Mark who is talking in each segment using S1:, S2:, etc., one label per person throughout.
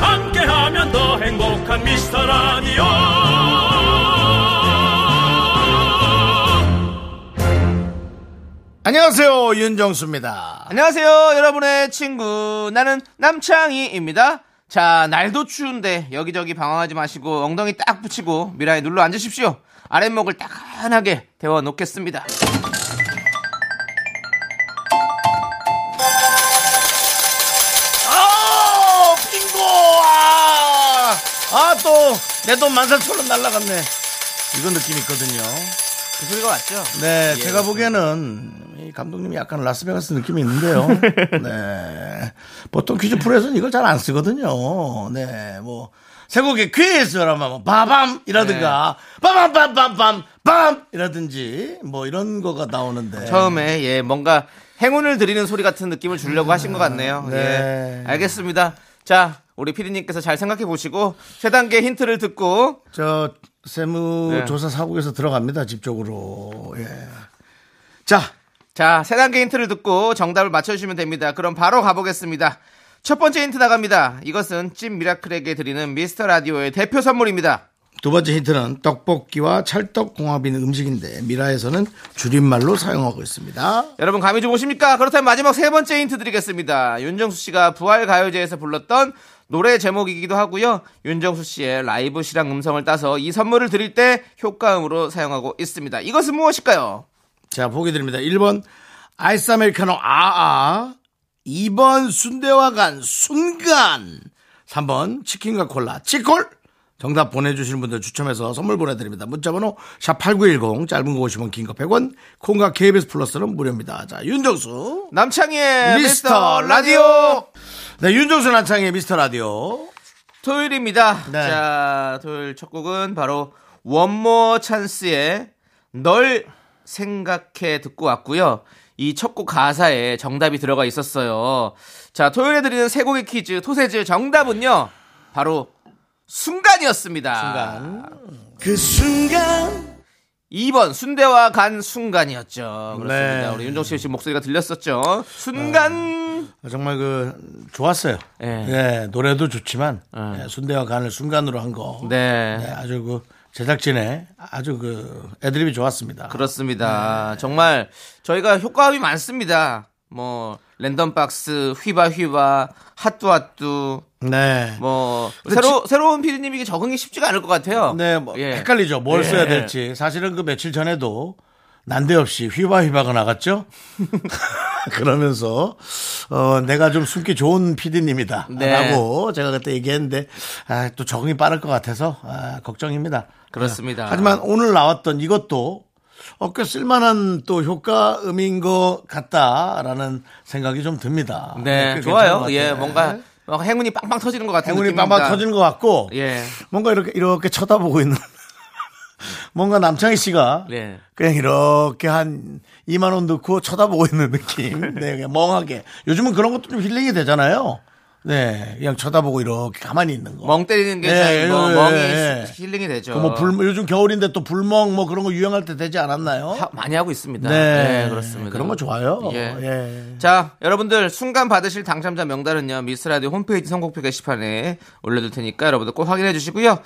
S1: 함께하면 더 행복한 미스터 라디오
S2: 안녕하세요 윤정수입니다.
S3: 안녕하세요, 여러분의 친구. 나는 남창희입니다. 자, 날도 추운데 여기저기 방황하지 마시고 엉덩이 딱 붙이고 미라에 눌러 앉으십시오. 아랫목을 따끈하게 데워 놓겠습니다.
S2: 아 빙고 아, 아또 내 돈 만사처럼 날라갔네 이런 느낌이 있거든요.
S3: 그 소리가 왔죠?
S2: 네 제가 보기에는 이 감독님이 약간 라스베가스 느낌이 있는데요. 네 보통 퀴즈 프로에서는 이걸 잘 안 쓰거든요. 네뭐 세곡의 퀴즈라면 바밤이라든가 바밤밤밤밤 밤이라든지 뭐 이런 거가 나오는데
S3: 처음에 예, 뭔가 행운을 드리는 소리 같은 느낌을 주려고 하신 것 같네요.
S2: 네.
S3: 예. 알겠습니다. 자, 우리 피디님께서 잘 생각해 보시고 세 단계 힌트를 듣고
S2: 저 세무
S3: 네.
S2: 조사 사국에서 들어갑니다 집 쪽으로. 예. 자
S3: 자, 세 단계 힌트를 듣고 정답을 맞춰주시면 됩니다. 그럼 바로 가보겠습니다. 첫 번째 힌트 나갑니다. 이것은 찐 미라클에게 드리는 미스터 라디오의 대표 선물입니다.
S2: 두 번째 힌트는 떡볶이와 찰떡 궁합인 음식인데 미라에서는 줄임말로 사용하고 있습니다.
S3: 여러분 감이 좀 오십니까? 그렇다면 마지막 세 번째 힌트 드리겠습니다. 윤정수 씨가 부활 가요제에서 불렀던 노래 제목이기도 하고요. 윤정수 씨의 라이브 실황 음성을 따서 이 선물을 드릴 때 효과음으로 사용하고 있습니다. 이것은 무엇일까요?
S2: 자 보기 드립니다. 1번 아이스 아메리카노 아아 2번 순대와 간 순간 3번 치킨과 콜라 치콜 정답 보내주시는 분들 추첨해서 선물 보내드립니다. 문자번호 샵8910 짧은 거 50원 긴 거 100원 콩과 KBS 플러스는 무료입니다. 자 윤정수
S3: 남창희의
S2: 미스터
S3: 미스터 라디오!
S2: 네, 윤정수 남창의 미스터 라디오.
S3: 토요일입니다.
S2: 네.
S3: 자, 토요일 첫 곡은 바로 원모 찬스의 널 생각해 듣고 왔고요. 이 첫 곡 가사에 정답이 들어가 있었어요. 자, 토요일에 드리는 세 곡의 퀴즈, 토세즈 정답은요. 바로 순간이었습니다.
S2: 그 순간.
S3: 2번 순대와 간 순간이었죠. 그렇습니다.
S2: 네.
S3: 우리 윤정수 씨 목소리가 들렸었죠. 순간.
S2: 정말 그 좋았어요.
S3: 예.
S2: 예, 노래도 좋지만 예, 순대와 간을 순간으로 한 거.
S3: 네.
S2: 예, 아주 그 제작진의 아주 그 애드립이 좋았습니다.
S3: 그렇습니다.
S2: 네.
S3: 정말 저희가 효과음이 많습니다. 뭐 랜덤 박스, 휘바 휘바, 핫뚜 핫뚜,
S2: 네.
S3: 뭐 새로 새로운 피디님이 적응이 쉽지가 않을 것 같아요.
S2: 네, 뭐
S3: 예.
S2: 헷갈리죠. 뭘
S3: 예,
S2: 써야
S3: 예.
S2: 될지. 사실은 그 며칠 전에도 난데없이 휘바휘바가 나갔죠. 그러면서 어 내가 좀 숨기 좋은
S3: 네.
S2: PD님이다라고 제가 그때 얘기했는데 아, 또 적응이 빠를 것 같아서 아, 걱정입니다.
S3: 그렇습니다.
S2: 아, 하지만 오늘 나왔던 이것도 어, 꽤 쓸만한 또 효과음인 것 같다라는 생각이 좀 듭니다.
S3: 네,
S2: 꽤 괜찮은
S3: 좋아요.
S2: 것
S3: 예,
S2: 같아요. 네.
S3: 뭔가 막 행운이 빵빵 터지는 것 같은
S2: 행운이
S3: 느낌입니다.
S2: 빵빵 터지는 것 같고
S3: 예.
S2: 뭔가 이렇게 이렇게 쳐다보고 있는 뭔가 남창희 씨가
S3: 네.
S2: 그냥 이렇게 한 2만 원 넣고 쳐다보고 있는 느낌. 네, 그냥 멍하게. 요즘은 그런 것도 좀 힐링이 되잖아요. 네, 그냥 쳐다보고 이렇게 가만히 있는 거.
S3: 멍 때리는 게
S2: 예,
S3: 제일 뭐
S2: 예,
S3: 멍이
S2: 예, 예.
S3: 힐링이 되죠.
S2: 그뭐 불, 요즘 겨울인데 또 불멍 뭐 그런 거 유행할 때 되지 않았나요?
S3: 하- 많이 하고 있습니다.
S2: 네.
S3: 그렇습니다.
S2: 그런 거 좋아요. 예.
S3: 자, 여러분들 순간 받으실 당첨자 명단은요. 미스라디오 홈페이지 선곡표 게시판에 올려둘 테니까 여러분들 꼭 확인해 주시고요.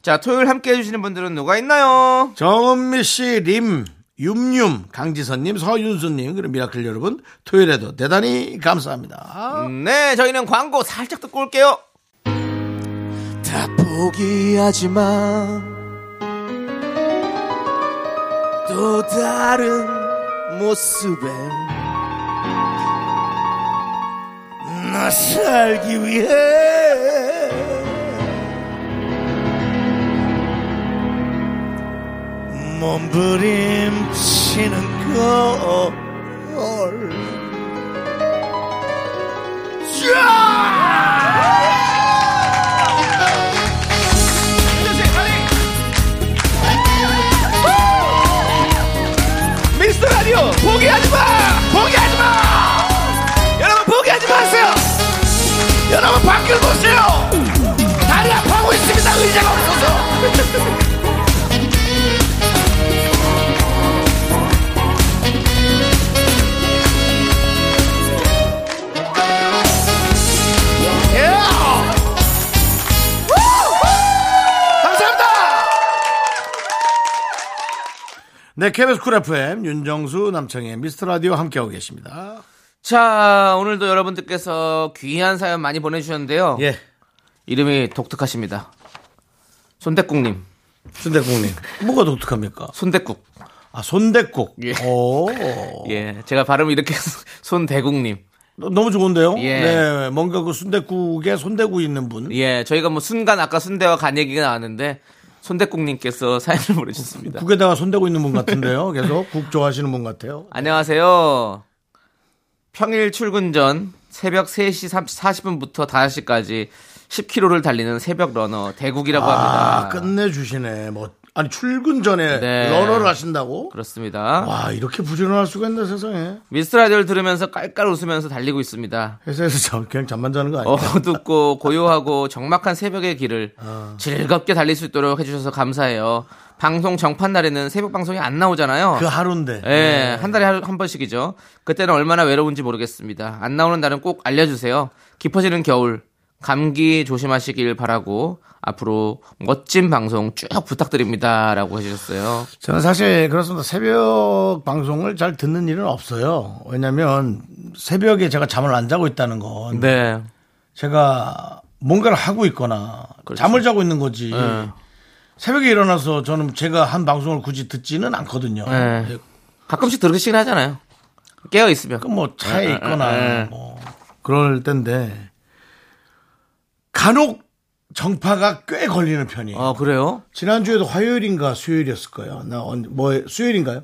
S3: 자, 토요일 함께 해주시는 분들은 누가 있나요?
S2: 정은미 씨, 림, 윰윰, 강지선님, 서윤수님, 그리고 미라클 여러분, 토요일에도 대단히 감사합니다.
S3: 네, 저희는 광고 살짝 듣고 올게요. 다 포기하지 마. 또 다른 모습에
S2: 나 살기 위해 몸부림치는 걸. 자! 네, KBS 쿨 FM 윤정수 남창의 미스터 라디오 함께하고 계십니다.
S3: 자, 오늘도 여러분들께서 귀한 사연 많이 보내주셨는데요.
S2: 예,
S3: 이름이 독특하십니다. 손대국님,
S2: 순대국님 뭐가 독특합니까?
S3: 손대국.
S2: 아, 손대국.
S3: 예.
S2: 오,
S3: 예, 제가 발음 이렇게 해서 손대국님.
S2: 너- 너무 좋은데요?
S3: 예.
S2: 네, 뭔가 그 순대국에 손대고 있는 분.
S3: 예, 저희가 뭐 순간 아까 순대와 간 얘기가 나왔는데 손대국님께서 사연을 보내주셨습니다.
S2: 국에다가 손대고 있는 분 같은데요. 계속 국 좋아하시는 분 같아요.
S3: 안녕하세요. 평일 출근 전 새벽 3시 40분부터 5시까지 10km를 달리는 새벽 러너 대국이라고
S2: 아,
S3: 합니다.
S2: 끝내주시네. 뭐 아니 출근 전에
S3: 네.
S2: 러너를 하신다고?
S3: 그렇습니다.
S2: 와, 이렇게 부지런할 수가 있나 세상에.
S3: 미스터 라디오를 들으면서 깔깔 웃으면서 달리고 있습니다.
S2: 회사에서 잠, 그냥 잠만 자는 거 아니야? 네.
S3: 어둡고 고요하고 적막한 새벽의 길을
S2: 아.
S3: 즐겁게 달릴 수 있도록 해주셔서 감사해요. 방송 정판 날에는 새벽 방송이 안 나오잖아요.
S2: 그 하루인데.
S3: 예, 한 달에 한, 한 번씩이죠. 그때는 얼마나 외로운지 모르겠습니다. 안 나오는 날은 꼭 알려주세요. 깊어지는 겨울, 감기 조심하시길 바라고 앞으로 멋진 방송 쭉 부탁드립니다. 라고 해주셨어요.
S2: 저는 사실 그렇습니다. 새벽 방송을 잘 듣는 일은 없어요. 왜냐면 새벽에 제가 잠을 안 자고 있다는 건
S3: 네.
S2: 제가 뭔가를 하고 있거나
S3: 그렇죠. 예.
S2: 잠을 자고 있는 거지. 새벽에 일어나서 저는 제가 한 방송을 굳이 듣지는 않거든요. 그
S3: 네. 가끔씩 들으시긴 하잖아요. 깨어있으면.
S2: 그럼 뭐 차에
S3: 네,
S2: 있거나
S3: 네.
S2: 뭐 그럴 때인데 간혹 정파가 꽤 걸리는 편이에요.
S3: 아, 그래요?
S2: 지난주에도 화요일인가 수요일이었을 거예요. 나, 언- 뭐, 수요일인가요?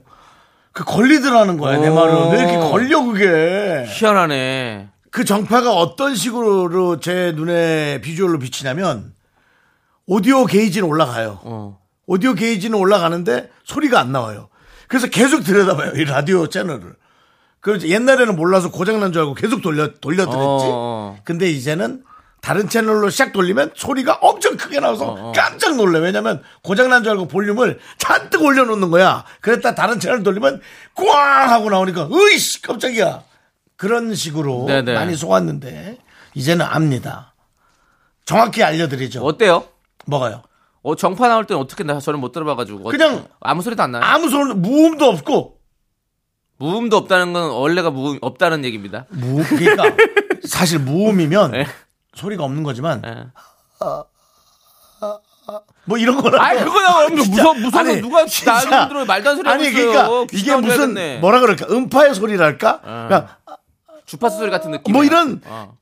S2: 그 걸리더라는 거야, 내
S3: 오.
S2: 말은. 왜 이렇게 걸려, 그게.
S3: 희한하네.
S2: 그 정파가 어떤 식으로 제 눈에 비주얼로 비치냐면, 오디오 게이지는 올라가요.
S3: 어.
S2: 오디오 게이지는 올라가는데 소리가 안 나와요. 그래서 계속 들여다봐요, 이 라디오 채널을. 그래서 옛날에는 몰라서 고장난 줄 알고 계속 돌려, 돌려드렸지.
S3: 어.
S2: 근데 이제는 다른 채널로 시작 돌리면 소리가 엄청 크게 나와서
S3: 어,
S2: 깜짝 놀래. 왜냐면 고장난 줄 알고 볼륨을 잔뜩 올려놓는 거야. 그랬다 다른 채널 돌리면 꽝 하고 나오니까 으이씨 깜짝이야. 그런 식으로
S3: 네네.
S2: 많이 속았는데 이제는 압니다. 정확히 알려드리죠.
S3: 어때요?
S2: 뭐가요?
S3: 어, 정파 나올 땐 어떻게 나 저는 못 들어봐가지고.
S2: 그냥-
S3: 아무 소리도 안 나요.
S2: 아무 소리, 무음도 없고
S3: 무음도 없다는 건 원래가 무음 없다는 얘기입니다.
S2: 무, 그러니까 사실 무음이면
S3: 예.
S2: 소리가 없는 거지만
S3: 예.
S2: 뭐 이런 거라.
S3: 아이 그거 나 무서 무서워서
S2: 아니,
S3: 누가
S2: 진짜.
S3: 나는 들어 말도 안 소리 하고
S2: 아니
S3: 있어요.
S2: 그러니까 이게
S3: 귀가
S2: 무슨
S3: 울려야겠네. 아,
S2: 뭐라 그럴까 음파의 소리랄까 그러니까
S3: 주파수 소리 같은 느낌.
S2: 뭐 이런-
S3: 어.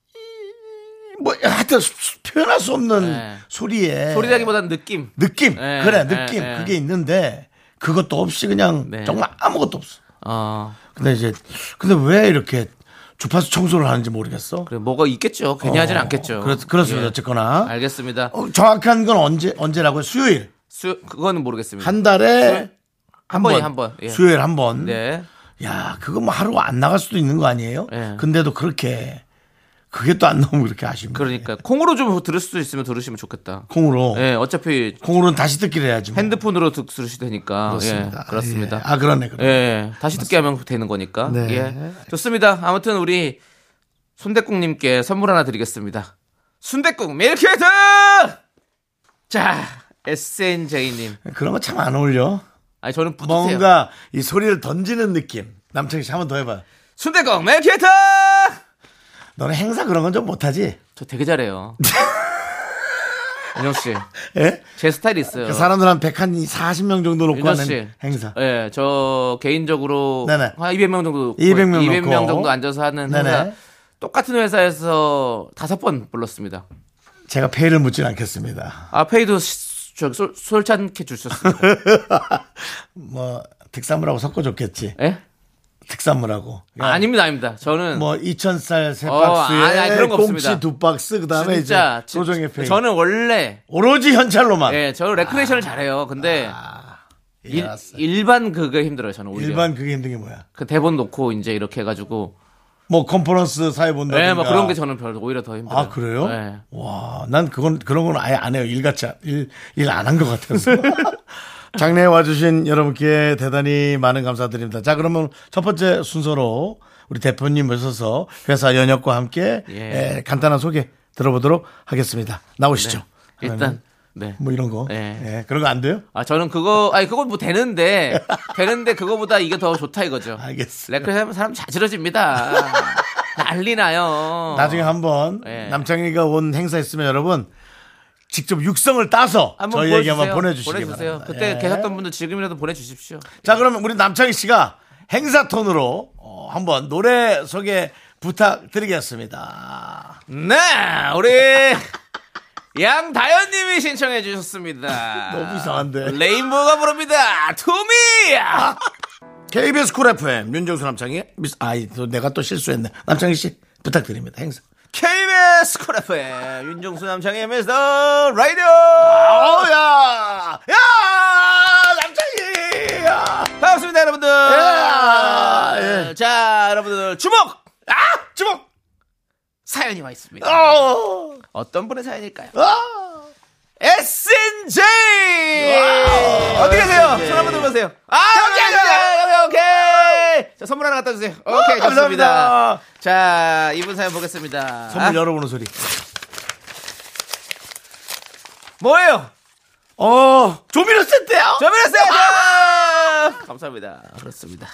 S2: 뭐 하여튼 수- 수- 표현할 수 없는
S3: 네.
S2: 소리에
S3: 소리라기보다는 느낌.
S2: 느낌
S3: 네,
S2: 그래
S3: 네,
S2: 느낌
S3: 네.
S2: 그게 있는데 그것도 없이 그냥
S3: 네.
S2: 정말 아무것도 없어
S3: 어
S2: 근데 이제 근데 왜 이렇게 주파수 청소를 하는지 모르겠어
S3: 그래 뭐가 있겠죠. 괜히 하진 않겠죠.
S2: 어. 그렇, 그렇습니다
S3: 예.
S2: 어쨌거나
S3: 알겠습니다.
S2: 어, 정확한 건 언제 언제라고요 수요일
S3: 수 그거는 모르겠습니다.
S2: 한 달에
S3: 한 번에 한 번, 예.
S2: 수요일 한번
S3: 네.
S2: 야, 그거 뭐 하루 안 나갈 수도 있는 거 아니에요?
S3: 예.
S2: 근데도 그렇게 그게 또 안 나오면 그렇게 아쉽네.
S3: 그러니까 콩으로 좀 들을 수도 있으면 들으시면 좋겠다.
S2: 콩으로
S3: 예, 어차피
S2: 콩으로는 다시 듣기를 해야지. 뭐.
S3: 핸드폰으로 들으시되니까
S2: 그렇습니다.
S3: 예, 그렇습니다.
S2: 예. 아, 그러네. 그러네.
S3: 예, 다시 듣게 하면 되는 거니까.
S2: 네.
S3: 예. 좋습니다. 아무튼 우리 손대국님께 선물 하나 드리겠습니다. 순대국 밀키트! 자, SNJ님.
S2: 그런 거 참 안 어울려.
S3: 아니, 저는 뿌듯해요.
S2: 뭔가 이 소리를 던지는 느낌. 남창희 씨 한 번 더 해봐. 요
S3: 순대국 밀키트!
S2: 너는 행사 그런 건 좀 못하지?
S3: 저 되게 잘해요. 윤정씨,
S2: 예?
S3: 제 스타일이 있어요.
S2: 그 사람들 한 100한 40명 정도 놓고
S3: 윤정
S2: 하는
S3: 씨.
S2: 행사.
S3: 예, 저 개인적으로
S2: 네네.
S3: 한 200명 정도
S2: 200 명
S3: 200명
S2: 놓고.
S3: 정도 앉아서 하는
S2: 네네.
S3: 행사 똑같은 회사에서 다섯 번 불렀습니다.
S2: 제가 페이를 묻진 않겠습니다.
S3: 아 페이도 시- 저 솔- 솔찬케 주셨습니다.
S2: 뭐 특산물하고 섞어줬겠지.
S3: 예?
S2: 특산물하고.
S3: 아, 닙니다 아닙니다. 저는
S2: 뭐 2,000쌀 세
S3: 어,
S2: 박스에
S3: 아니, 아니, 그런 거
S2: 꽁치
S3: 없습니다.
S2: 두 박스 그다음에
S3: 진짜
S2: 이제 조정의
S3: 진-
S2: 페이.
S3: 저는 원래
S2: 오로지 현찰로만.
S3: 예, 저는 레크레이션을 잘해요. 근데 일,
S2: 아. 알았어.
S3: 일반 그게 힘들어요. 저는 오히려
S2: 일반 그게 힘든 게 뭐야?
S3: 그 대본 놓고 이제 이렇게 해가지고
S2: 뭐 컨퍼런스 사회 본다든가.
S3: 네, 뭐 그런 게 저는 별로 오히려 더 힘들어요.
S2: 아 그래요?
S3: 네.
S2: 와, 난 그건 그런 건 아예 안 해요. 일같이 일 안 한 것 같아서. 장례에 와주신 여러분께 대단히 많은 감사드립니다. 자, 그러면 첫 번째 순서로 우리 대표님 모셔서 회사 연혁과 함께
S3: 예.
S2: 예, 간단한 소개 들어보도록 하겠습니다. 나오시죠. 하나는
S3: 일단 네.
S2: 뭐 이런 거,
S3: 예.
S2: 예, 그런 거 안 돼요?
S3: 아 저는 그거 아니 그건 뭐 되는데 되는데 그거보다 이게 더 좋다 이거죠.
S2: 알겠어요.
S3: 레크레 하면 사람 자지러집니다. 난리나요.
S2: 나중에 한번
S3: 어. 예.
S2: 남창희가 온 행사 있으면 여러분 직접 육성을 따서
S3: 한번
S2: 저희에게만
S3: 보여주세요.
S2: 보내주시기
S3: 보내주세요.
S2: 바랍니다.
S3: 그때
S2: 예.
S3: 계셨던 분들 지금이라도 보내주십시오.
S2: 자, 그러면 우리 남창희 씨가 행사 톤으로 어, 한번 노래 소개 부탁드리겠습니다.
S3: 네, 우리 양다현님이 신청해 주셨습니다.
S2: 너무 이상한데.
S3: 레인보우가 부릅니다. 투미.
S2: KBS 쿨 FM 윤정수 남창희 미스 아이 또 내가 또 실수했네. 남창희 씨 부탁드립니다. 행사.
S3: KBS 쿨 FM 윤종수 남창의 미스터 라디오.
S2: 어,
S3: 아.
S2: 어야! 야! 남창희! 야!
S3: 반갑습니다, 여러분들. 어,
S2: 예. 예.
S3: 자, 여러분들 주목.
S2: 아! 주먹!
S3: 사연이 와 있습니다.
S2: 어!
S3: 어떤 분의 사연일까요?
S2: 아!
S3: SNJ.
S2: 와우.
S3: 어디 계세요?
S2: SNJ.
S3: 손 한번 들어보세요. 아,
S2: 여기,
S3: 여기
S2: 여기,
S3: 여기 오케이. 자, 선물 하나 갖다 주세요. 오케이,
S2: 아,
S3: 좋습니다.
S2: 감사합니다.
S3: 자, 이분 사연 보겠습니다.
S2: 선물
S3: 아,
S2: 열어보는 소리.
S3: 뭐예요? 아,
S2: 어! 조미료 세트요? 아.
S3: 저비렸어요. 감사합니다. 그렇습니다.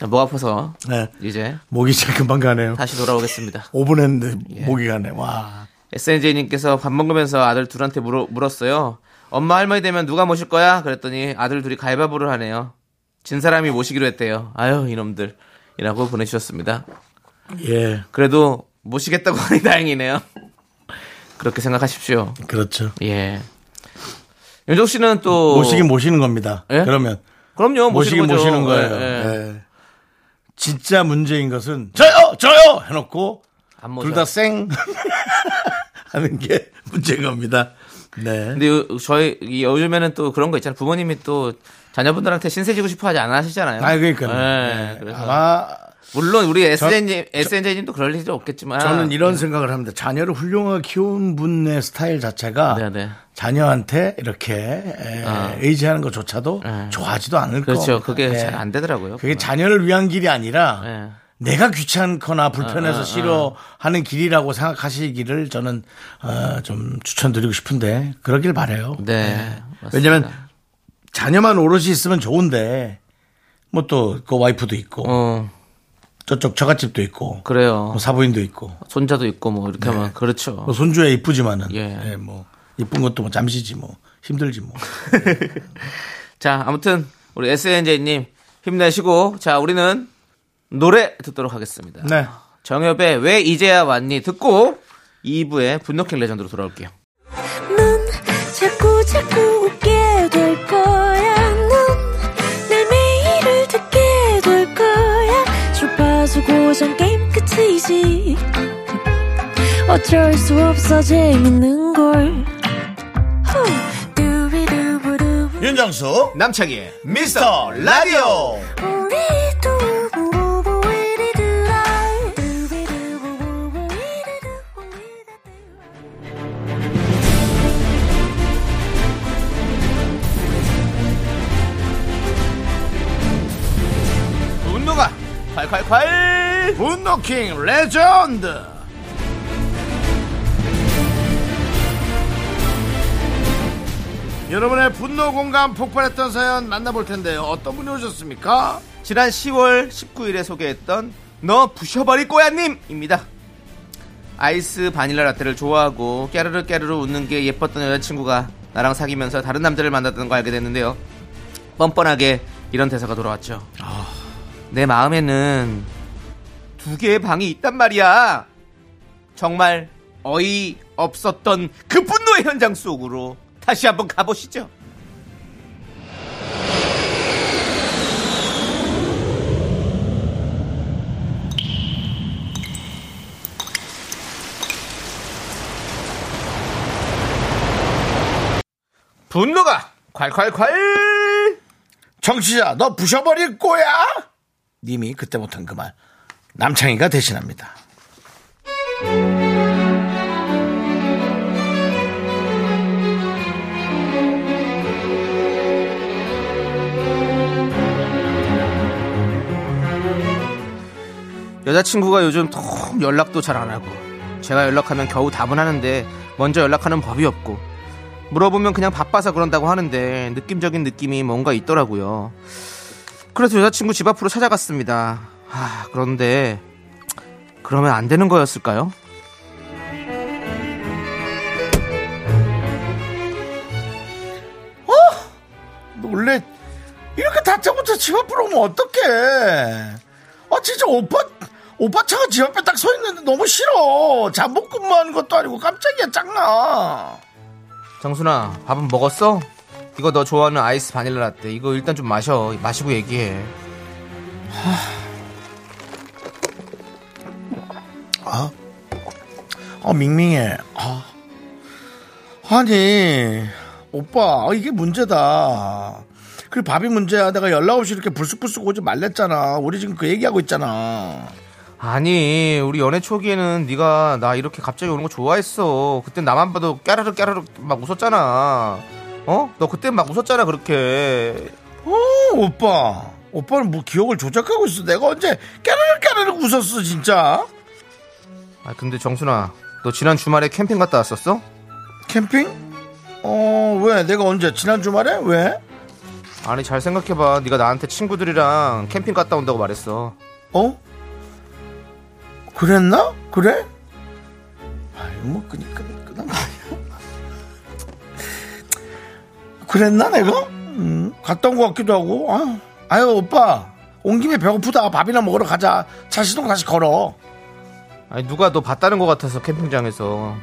S3: 자, 목 아파서
S2: 네.
S3: 이제
S2: 목이 진짜 금방 가네요.
S3: 다시 돌아오겠습니다.
S2: 5분
S3: 예.
S2: 했는데 목이 가네.
S3: 아,
S2: 와.
S3: SNJ님께서 밥 먹으면서 아들 둘한테 물어, 물었어요. 엄마 할머니 되면 누가 모실 거야? 그랬더니 아들 둘이 가위바위보를 하네요. 진 사람이 모시기로 했대요. 아유 이놈들. 이라고 보내주셨습니다.
S2: 예.
S3: 그래도 모시겠다고 하니 다행이네요. 그렇게 생각하십시오.
S2: 그렇죠.
S3: 예. 윤종 씨는 또
S2: 모시긴 모시는 겁니다.
S3: 예?
S2: 그러면
S3: 그럼요 모시는
S2: 모시긴
S3: 거죠.
S2: 모시는 거예요.
S3: 예, 예.
S2: 예. 진짜 문제인 것은 저요 저요 해놓고
S3: 안 모셔.
S2: 둘 다 쌩 하는 게 문제인 겁니다. 네.
S3: 근데 요- 저희 이 요즘에는 또 그런 거 있잖아요. 부모님이 또 자녀분들한테 신세지고 싶어 하지 않아 하시잖아요.
S2: 아 그러니까
S3: 예,
S2: 요
S3: 그래서
S2: 아마
S3: 물론 우리 SNJ님, SNJ님도 그럴 일이 없겠지만
S2: 저는 이런
S3: 예.
S2: 생각을 합니다. 자녀를 훌륭하게 키운 분의 스타일 자체가
S3: 네네.
S2: 자녀한테 이렇게 예, 의지하는 것조차도
S3: 예.
S2: 좋아하지도 않을 거.
S3: 아. 그렇죠. 그게
S2: 예.
S3: 잘 안 되더라고요.
S2: 그게 자녀를 위한 길이 아니라
S3: 예.
S2: 내가 귀찮거나
S3: 어,
S2: 불편해서 싫어하는 길이라고 생각하시기를 저는 어, 좀 추천드리고 싶은데 그러길 바래요.
S3: 네. 맞습니다.
S2: 왜냐면 자녀만 오롯이 있으면 좋은데 뭐 또 그 와이프도 있고
S3: 어
S2: 저쪽 처갓집도 있고
S3: 그래요.
S2: 뭐 사부인도 있고
S3: 손자도 있고 뭐 이렇게 하면 그렇죠.
S2: 뭐 손주야 이쁘지만은
S3: 예.
S2: 예, 뭐 이쁜 것도 뭐 잠시지 뭐 힘들지 뭐
S3: 자 아무튼 우리 SNJ님 힘내시고 자 우리는 노래 듣도록 하겠습니다.
S2: 네.
S3: 정엽의 왜 이제야 왔니 듣고 2부의 분노킹 레전드로 돌아올게요.
S4: 넌 자꾸 자꾸 웃게 될 거야. 넌내 매일을 듣게 될 거야. 주파수 고정 게임 끝이지. 어쩔 수 없어 재밌는 걸. 후. 두비두부두.
S2: 윤정수
S3: 남창희의
S2: 미스터 라디오
S4: 우리 두부부부 우리 두라. 두비두부부부 우리 두부 우리가 되어.
S3: 분노가 콸콸콸
S2: 분노킹 레전드 여러분의 분노 공감 폭발했던 사연 만나볼 텐데요. 어떤 분이 오셨습니까?
S3: 지난 10월 19일에 소개했던 너 부셔버릴 거야님입니다. 아이스 바닐라 라떼를 좋아하고 깨르르 깨르르 웃는 게 예뻤던 여자친구가 나랑 사귀면서 다른 남자를 만났다는 걸 알게 됐는데요. 뻔뻔하게 이런 대사가 돌아왔죠. 내 마음에는 두 개의 방이 있단 말이야. 정말 어이 없었던 그 분노의 현장 속으로 다시 한번 가보시죠. 분노가 콸콸콸
S2: 정치자 너 부셔버릴 거야? 님이 그때 못한 그 말 남창희가 대신합니다.
S3: 여자친구가 요즘 통 연락도 잘 안 하고 제가 연락하면 겨우 답은 하는데 먼저 연락하는 법이 없고 물어보면 그냥 바빠서 그런다고 하는데 느낌적인 느낌이 뭔가 있더라고요. 그래서 여자친구 집 앞으로 찾아갔습니다. 아, 그런데 그러면 안 되는 거였을까요?
S2: 너 원래 이렇게 다짜고짜 집 앞으로 오면 어떡해. 아, 진짜 오빠, 오빠 차가 집 앞에 딱 서 있는데 너무 싫어. 잠복 근무하는 것도 아니고 깜짝이야, 짱나.
S3: 정순아, 밥은 먹었어? 이거 너 좋아하는 아이스 바닐라 라떼. 이거 일단 좀 마셔. 마시고 얘기해.
S2: 아, 밍밍해. 아. 아니, 오빠, 아, 이게 문제다. 그리고 밥이 문제야. 내가 연락 없이 이렇게 불쑥불쑥 오지 말랬잖아. 우리 지금 그 얘기하고 있잖아.
S3: 아니 우리 연애 초기에는 네가 나 이렇게 갑자기 오는 거 좋아했어 그때 나만 봐도 깨르르 깨르르 막 웃었잖아 어? 너 그때 막 웃었잖아 그렇게
S2: 어, 오빠. 오빠는 뭐 기억을 조작하고 있어. 내가 언제 깨르륵 깨르륵 웃었어, 진짜.
S3: 아 근데 정순아 너 지난 주말에 캠핑 갔다 왔었어?
S2: 캠핑? 어, 왜? 내가 언제? 지난 주말에? 왜?
S3: 아니 잘 생각해봐 네가 나한테 친구들이랑 캠핑 갔다 온다고 말했어
S2: 어? 그랬나? 그래? 아유, 뭐, 그니까, 그난 말이야. 그랬나, 내가? 음, 갔다 온 것 같기도 하고. 아, 아유, 오빠. 온 김에 배고프다. 밥이나 먹으러 가자. 차 시동 다시 걸어.
S3: 아니 누가 너 봤다는 것 같아서 캠핑장에서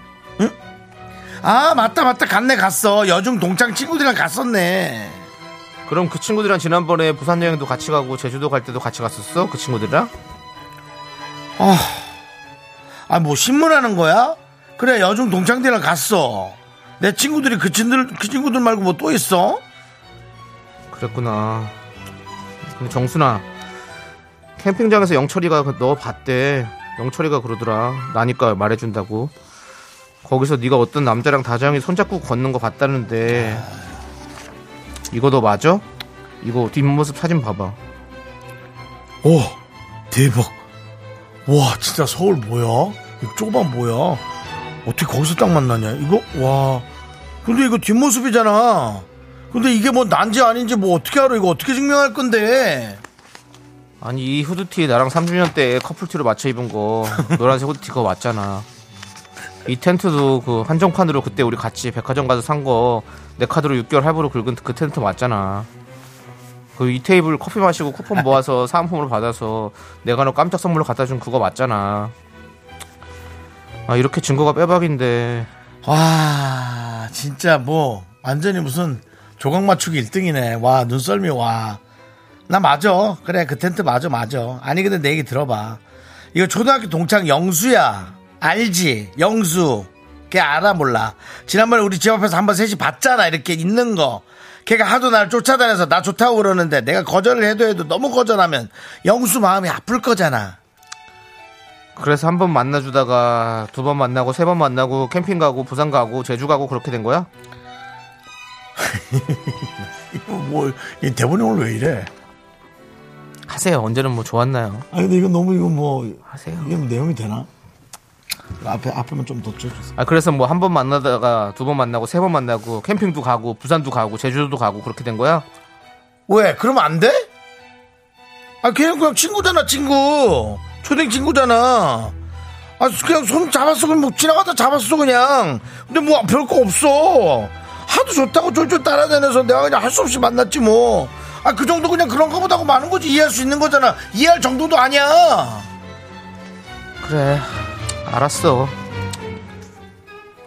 S2: 아, 맞다, 맞다. 갔네, 갔어. 여중 동창 친구들이랑 갔었네.
S3: 그럼 그 친구들이랑 지난번에 부산 여행도 같이 가고 제주도 갈 때도 같이 갔었어? 그 친구들이랑?
S2: 아, 뭐, 신문하는 거야? 그래, 여중 동창들이랑 갔어. 내 친구들이 그 친들, 그 친구들 말고 뭐 또 있어?
S3: 그랬구나. 근데 정순아, 캠핑장에서 영철이가 그- 너 봤대. 영철이가 그러더라. 나니까 말해준다고. 거기서 네가 어떤 남자랑 다정히 손잡고 걷는 거 봤다는데 이거 너 맞아? 이거 뒷모습 사진 봐봐.
S2: 오 대박 와 진짜 서울 뭐야 이 조그만 뭐야 어떻게 거기서 딱 만나냐 이거 와 근데 이거 뒷모습이잖아 근데 이게 뭐 난지 아닌지 뭐 어떻게 알아 이거 어떻게 증명할 건데
S3: 아니 이 후드티 나랑 3주년 때 커플티로 맞춰 입은 거 노란색 후드티 그거 맞잖아. 이 텐트도 그 한정판으로 그때 우리 같이 백화점 가서 산 거 내 카드로 6개월 할부로 긁은 그 텐트 맞잖아. 그 이 테이블 커피 마시고 쿠폰 모아서 사은품으로 받아서 내가 너 깜짝 선물로 갖다 준 그거 맞잖아. 아 이렇게 증거가 빼박인데
S2: 와 진짜 뭐 완전히 무슨 조각 맞추기 1등이네 와 눈썰미 와 나 맞아 그래 그 텐트 맞아 맞아 아니 근데 내 얘기 들어봐 이거 초등학교 동창 영수야 알지 영수 걔 알아 몰라 지난번에 우리 집 앞에서 한번 셋이 봤잖아 이렇게 있는 거 걔가 하도 나를 쫓아다녀서 나 좋다고 그러는데 내가 거절을 해도 해도 너무 거절하면 영수 마음이 아플 거잖아
S3: 그래서 한 번 만나주다가 두 번 만나고 세 번 만나고 캠핑 가고 부산 가고 제주 가고 그렇게 된 거야?
S2: 이거 뭐 대본이 오늘 왜 이래
S3: 하세요 언제는 뭐 좋았나요?
S2: 아 근데 이거 너무 이거 뭐
S3: 하세요.
S2: 이게 뭐 내용이 되나? 그 앞에 앞에만 좀 덧쳐주세요.
S3: 아 그래서 뭐 한 번 만나다가 두 번 만나고 세 번 만나고 캠핑도 가고 부산도 가고 제주도도 가고 그렇게 된 거야?
S2: 왜? 그러면 안 돼? 아 걔는 그냥 친구잖아 친구 초딩 친구잖아. 아 그냥 손 잡았어 그냥 뭐 지나가다 잡았어 그냥. 근데 뭐 별거 없어. 하도 좋다고 쫄쫄 따라다녀서 내가 그냥 할 수 없이 만났지 뭐. 아 그 정도 그냥 그런 거보다 고 많은 거지 이해할 수 있는 거잖아. 이해할 정도도 아니야.
S3: 그래 알았어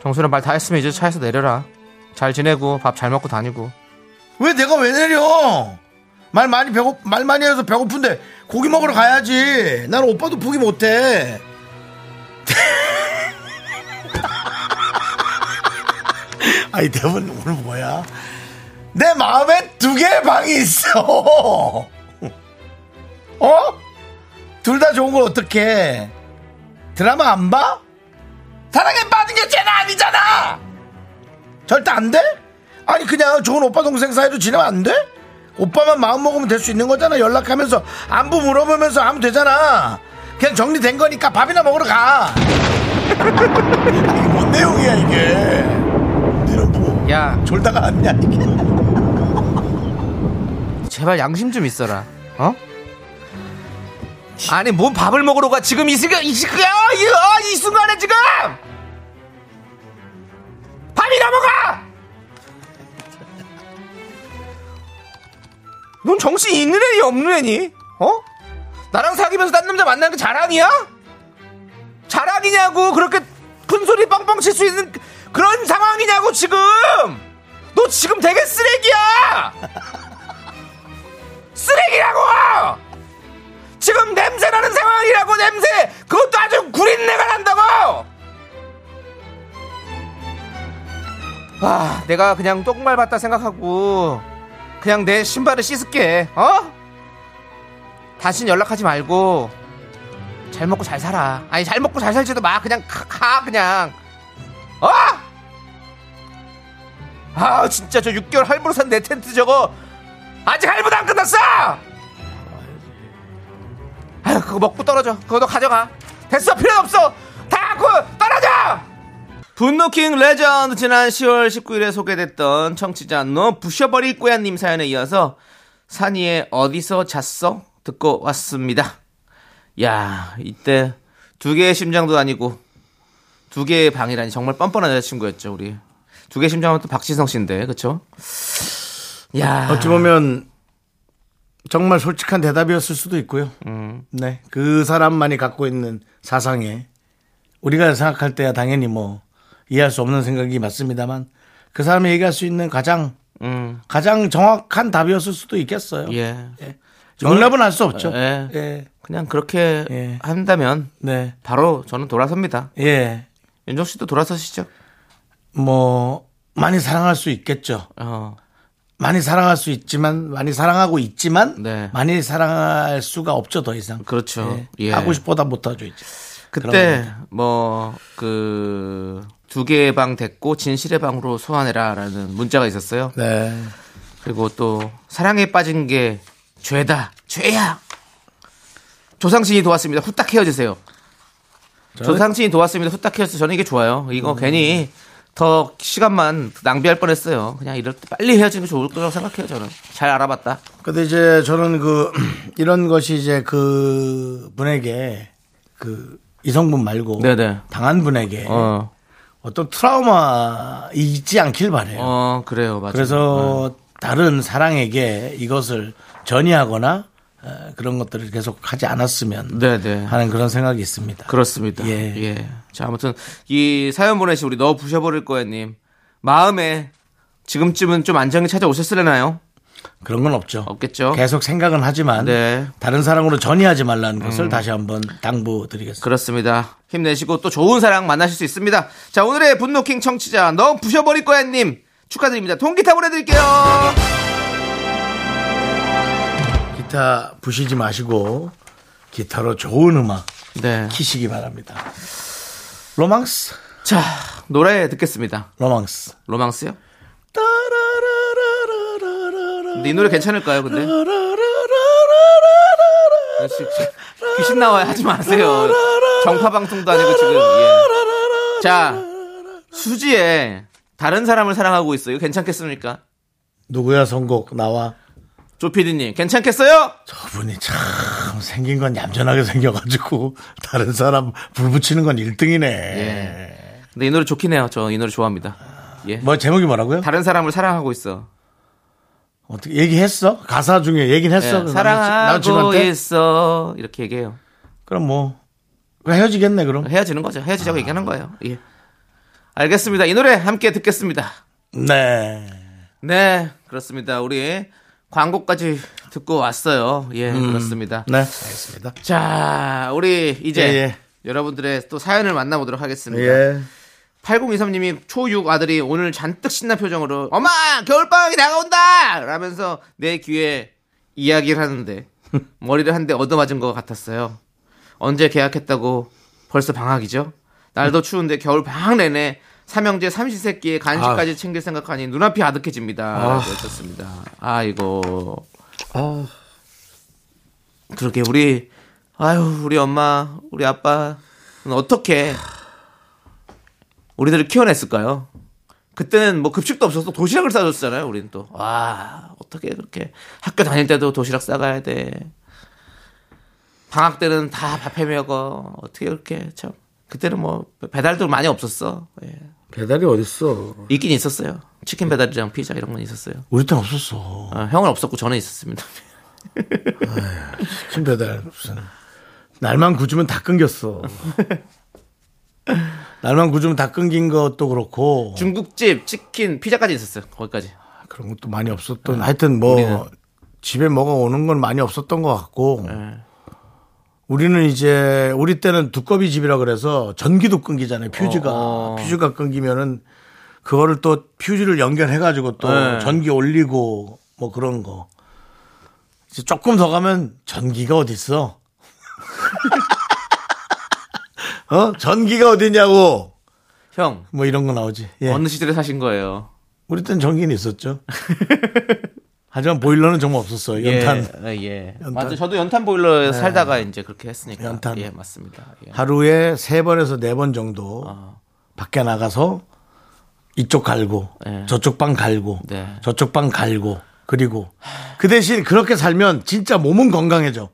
S3: 정수랑 말 다 했으면 이제 차에서 내려라 잘 지내고 밥 잘 먹고 다니고
S2: 왜 내가 왜 내려? 말 많이 배고 말 많이 해서 배고픈데 고기 먹으러 가야지. 난 오빠도 포기 못해. 아이 대본 오늘 뭐야? 내 마음에 두 개의 방이 있어. 어? 둘 다 좋은 걸 어떻게 드라마 안 봐? 사랑에 빠진 게 죄는 아니잖아. 절대 안 돼? 아니 그냥 좋은 오빠 동생 사이로 지내면 안 돼? 오빠만 마음 먹으면 될 수 있는 거잖아. 연락하면서 안부 물어보면서 하면 되잖아. 그냥 정리된 거니까 밥이나 먹으러 가. 이게 뭔 내용이야 이게? 너는 뭐
S5: 야,
S2: 졸다가 왔냐 이게?
S5: 제발 양심 좀 있어라. 어? 아니 뭔 밥을 먹으러 가 지금 이 순간 이 순간 이, 어, 이 순간에 지금 밥이나 먹어. 넌 정신 있는 애니 없는 애니? 어? 나랑 사귀면서 딴 남자 만나는 게 자랑이야? 자랑이냐고 그렇게 큰 소리 빵빵 칠 수 있는 그런 상황이냐고 지금? 너 지금 되게 쓰레기야. 쓰레기라고! 지금 냄새 나는 상황이라고 냄새! 그것도 아주 구린 내가 난다고! 아, 내가 그냥 똥 밟았다 생각하고 그냥 내 신발을 씻을게. 어? 다신 연락하지 말고 잘 먹고 잘 살아. 아니 잘 먹고 잘 살지도 마. 그냥 가, 가 그냥. 어? 아 진짜 저 6개월 할부로 산 내 텐트 저거 아직 할부도 안 끝났어! 아유, 그거 먹고 떨어져. 그거도 가져가. 됐어, 필요 없어! 다 갖고 떨어져!
S3: 분노킹 레전드 지난 10월 19일에 소개됐던 청취자 너 부셔버릴 꼬야님 사연에 이어서 산이의 어디서 잤어 듣고 왔습니다. 야 이때 두 개의 심장도 아니고 두 개의 방이라니 정말 뻔뻔한 여자친구였죠 우리 두 개의 심장은 또 박지성 씨인데 그쵸? 야
S2: 어찌 보면 정말 솔직한 대답이었을 수도 있고요. 네. 그 사람만이 갖고 있는 사상에 우리가 생각할 때야 당연히 뭐 이해할 수 없는 생각이 맞습니다만 그 사람이 얘기할 수 있는 가장
S3: 음,
S2: 가장 정확한 답이었을 수도 있겠어요.
S3: 예.
S2: 정답은 알 수 없죠.
S3: 예.
S2: 예.
S3: 그냥 그렇게
S2: 예.
S3: 한다면
S2: 네.
S3: 바로 저는 돌아섭니다.
S2: 예.
S3: 윤정 씨도 돌아서시죠.
S2: 뭐 많이 사랑할 수 있겠죠.
S3: 어.
S2: 많이 사랑할 수 있지만 많이 사랑하고 있지만
S3: 네.
S2: 많이 사랑할 수가 없죠 더 이상.
S3: 그렇죠.
S2: 예.
S3: 예.
S2: 하고 싶보다 못하죠 이제.
S3: 그때 뭐 그 두 개의 방 됐고 진실의 방으로 소환해라라는 문자가 있었어요.
S2: 네.
S3: 그리고 또 사랑에 빠진 게 죄다 죄야. 조상신이 도왔습니다. 후딱 헤어지세요. 조상신이 도왔습니다. 후딱 헤어져서 저는 이게 좋아요. 이거
S2: 음.
S3: 괜히 더 시간만 낭비할 뻔했어요. 그냥 이럴 때 빨리 헤어지는 게 좋을 거라고 생각해요. 저는 잘 알아봤다.
S2: 근데 이제 저는 그 이런 것이 이제 그 분에게 그 이성분 말고
S3: 네네.
S2: 당한 분에게 어.
S3: 어,
S2: 떤 트라우마 있지 않길 바래요.
S3: 어 네. 그래요, 맞아요.
S2: 그래서 다른 사랑에게 이것을 전이하거나 어, 그런 것들을 계속 하지 않았으면
S3: 네네.
S2: 하는 그런 생각이 있습니다.
S3: 그렇습니다.
S2: 예.
S3: 예. 자, 아무튼 이 사연 보내신 우리 너 부셔버릴 거야님 마음에 지금쯤은 좀 안정이 찾아오셨으려나요?
S2: 그런 건 없죠.
S3: 없겠죠.
S2: 계속 생각은 하지만
S3: 그렇죠? 네. 음.
S2: 다른 사랑으로 전이하지 말라는 것을 다시 한번 당부드리겠습니다.
S3: 그렇습니다. 힘내시고 또 좋은 사랑 만나실 수 있습니다. 자, 오늘의 분노킹 청취자 너 부셔버릴 거야님 축하드립니다. 통기타 보내드릴게요.
S2: 기타 부시지 마시고 기타로 좋은 음악
S3: 네.
S2: 키시기 바랍니다. 로망스,
S3: 자, 노래 듣겠습니다.
S2: 로망스.
S3: 로망스요?
S2: 따라라라라라라.
S3: 근데 이 노래 괜찮을까요, 근데?
S2: 라라라라라라.
S3: 역시 귀신 나와야 하지 마세요. 정파 방송도 아니고 지금. 예. 자, 수지의 다른 사람을 사랑하고 있어요. 괜찮겠습니까?
S2: 누구야 선곡 나와.
S3: 조피디님, 괜찮겠어요?
S2: 저분이 참 생긴 건 얌전하게 생겨가지고 다른 사람 불 붙이는 건일등이네
S3: 예. 근데 이 노래 좋긴 해요. 저 이 노래 좋아합니다. 예.
S2: 뭐 제목이 뭐라고요?
S3: 다른 사람을 사랑하고 있어.
S2: 어떻게 얘기했어? 가사 중에 얘긴
S3: 예,
S2: 했어. 그 남자친-
S3: 사랑하고 예.
S2: 남자친구한테?
S3: 있어. 이렇게 얘기해요.
S2: 그럼 뭐 그럼 헤어지겠네 그럼.
S3: 헤어지는 거죠.
S2: 아.
S3: 헤어지자고 얘기하는 거예요. 예. 알겠습니다. 이 노래 함께 듣겠습니다.
S2: 네.
S3: 네, 그렇습니다. 우리 광고까지 듣고 왔어요. 예, 그렇습니다.
S2: 네. 알겠습니다.
S3: 자, 우리 이제
S2: 예, 예.
S3: 여러분들의 또 사연을 만나보도록 하겠습니다.
S2: 예.
S3: 8023님이 초6 아들이 오늘 잔뜩 신난 표정으로 엄마 겨울방학이 다가온다 라면서 내 귀에 이야기를 하는데 머리를 한 대 얻어맞은 것 같았어요. 언제 계약했다고 벌써 방학이죠? 날도 추운데 겨울 방학 내내 삼형제 삼시세끼에 간식까지 챙길 생각하니 눈앞이 아득해집니다. 그렇습니다. 아이고. 그러게 우리 아유 우리 엄마 우리 아빠는 어떻게 우리들을 키워냈을까요? 그때는 뭐 급식도 없어서 도시락을 싸줬잖아요. 우리는 또. 와, 어떻게 그렇게 학교 다닐 때도 도시락 싸가야 돼. 방학 때는 다 밥 해먹어. 어떻게 그렇게 참. 그때는 뭐 배달도 많이 없었어. 예.
S2: 배달이 어딨어?
S3: 있긴 있었어요. 치킨 배달이랑 피자 이런 건 있었어요.
S2: 우리 땐 없었어.
S3: 어, 형은 없었고 저는 있었습니다.
S2: 큰 배달 무슨 날만 굳으면 다 끊겼어. 날만 굳으면 다 끊긴 것도 그렇고
S3: 중국집, 치킨, 피자까지 있었어요. 거기까지.
S2: 그런 것도 많이 없었던. 하여튼 뭐 집에 먹어 오는 건 많이 없었던 것 같고 우리는 이제 우리 때는 두꺼비 집이라 그래서 전기도 끊기잖아요. 퓨즈가 퓨즈가 끊기면은 그거를 또 퓨즈를 연결해 가지고 또 전기 올리고 뭐 그런 거. 이제 조금 더 가면 전기가 어디 있어? 어? 전기가 어디냐고.
S3: 형,
S2: 뭐 이런 거 나오지. 예.
S3: 어느 시절에 사신 거예요?
S2: 우리 땐 전기는 있었죠. 하지만 보일러는 정말 없었어요. 연탄.
S3: 예, 어, 예.
S2: 연탄. 네.
S3: 맞아. 저도 연탄 보일러에 서 살다가 이제 그렇게 했으니까.
S2: 연탄.
S3: 예, 맞습니다. 예.
S2: 하루에 세 번에서 네 번 정도
S3: 아.
S2: 밖에 나가서 이쪽 갈고
S3: 네.
S2: 저쪽 방 갈고
S3: 네.
S2: 저쪽 방 갈고 그리고 그 대신 그렇게 살면 진짜 몸은 건강해져.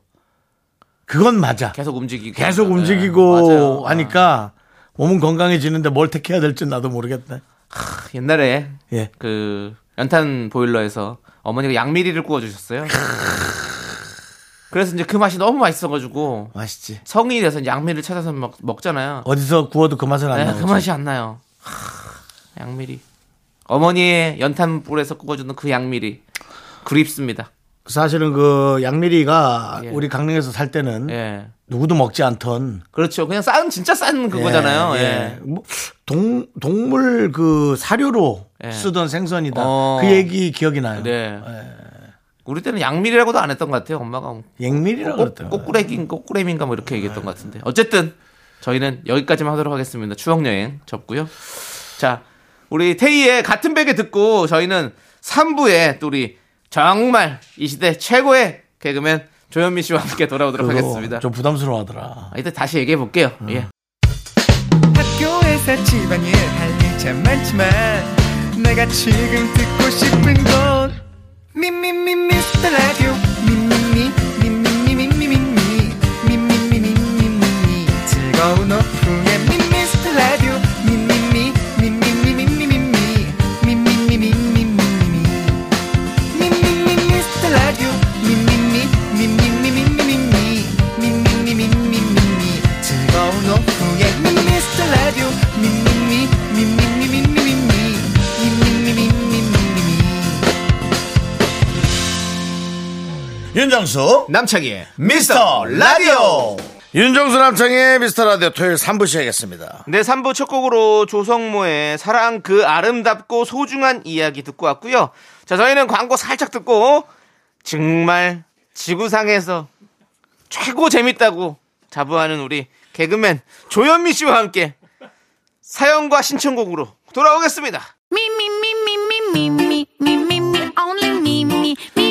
S2: 그건 맞아.
S3: 계속 움직이고.
S2: 계속
S3: 예,
S2: 움직이고
S3: 맞아요.
S2: 하니까 몸은 건강해지는데 뭘 택해야 될지 나도 모르겠네.
S3: 아, 옛날에
S2: 예.
S3: 그 연탄 보일러에서 어머니가 양미리를 구워 주셨어요. 그래서 이제 그 맛이 너무 맛있어가지고
S2: 맛있지.
S3: 성인이 돼서 이제 양미를 찾아서 먹, 먹잖아요.
S2: 어디서 구워도 그 맛은 안
S3: 예,
S2: 나오지.
S3: 그 맛이 안 나요. 하, 양미리. 어머니의 연탄 불에서 구워주는 그 양미리 그립습니다.
S2: 사실은 그 양미리가
S3: 예.
S2: 우리 강릉에서 살 때는
S3: 예,
S2: 누구도 먹지 않던
S3: 그렇죠. 그냥 싼 진짜 싼 그거잖아요. 예.
S2: 뭐, 동 동물 그 사료로
S3: 예.
S2: 쓰던 생선이다.
S3: 어.
S2: 그 얘기 기억이 나요. 예.
S3: 네. 우리 때는 양미리라고도 안 했던 것 같아요. 엄마가 뭐
S2: 양미리라고
S3: 꼬-
S2: 아, 그랬더라고요.
S3: 꼬꾸레기인 꼬꾸레미인가 뭐 이렇게 얘기했던 것 같은데. 어쨌든 저희는 여기까지만 하도록 하겠습니다. 추억 여행 접고요. 자, 우리 태희의 같은 베개 듣고 저희는 3부에 또 우리 정말 이 시대 최고의 개그맨 조현미 씨와 함께 돌아오도록
S2: 그거
S3: 하겠습니다.
S2: 좀 어. 부담스러워하더라.
S3: 아, 이따 다시 얘기해 볼게요. 예.
S6: 학교에서 집안일 할 일 참 많지만 내가 지금 듣고 싶은 건 미미미 미스터 라디오 미미미 미미미 미미미 미미미 미미미 즐거운 오후에 미미스터 라디오 미미미 미미미 미미미 미미미 미미미
S2: 윤정수
S3: 남창희의
S2: 미스터 라디오. 윤정수 남창의 미스터 라디오 토요일 3부 시작했습니다.
S3: 네, 3부 첫 곡으로 조성모의 사랑 그 아름답고 소중한 이야기 듣고 왔고요. 자, 저희는 광고 살짝 듣고 정말 지구상에서 최고 재밌다고 자부하는 우리 개그맨 조현미 씨와 함께 사연과 신청곡으로 돌아오겠습니다.
S4: Me, me, me, me, me, me, me, me, me, me, only me, me, me,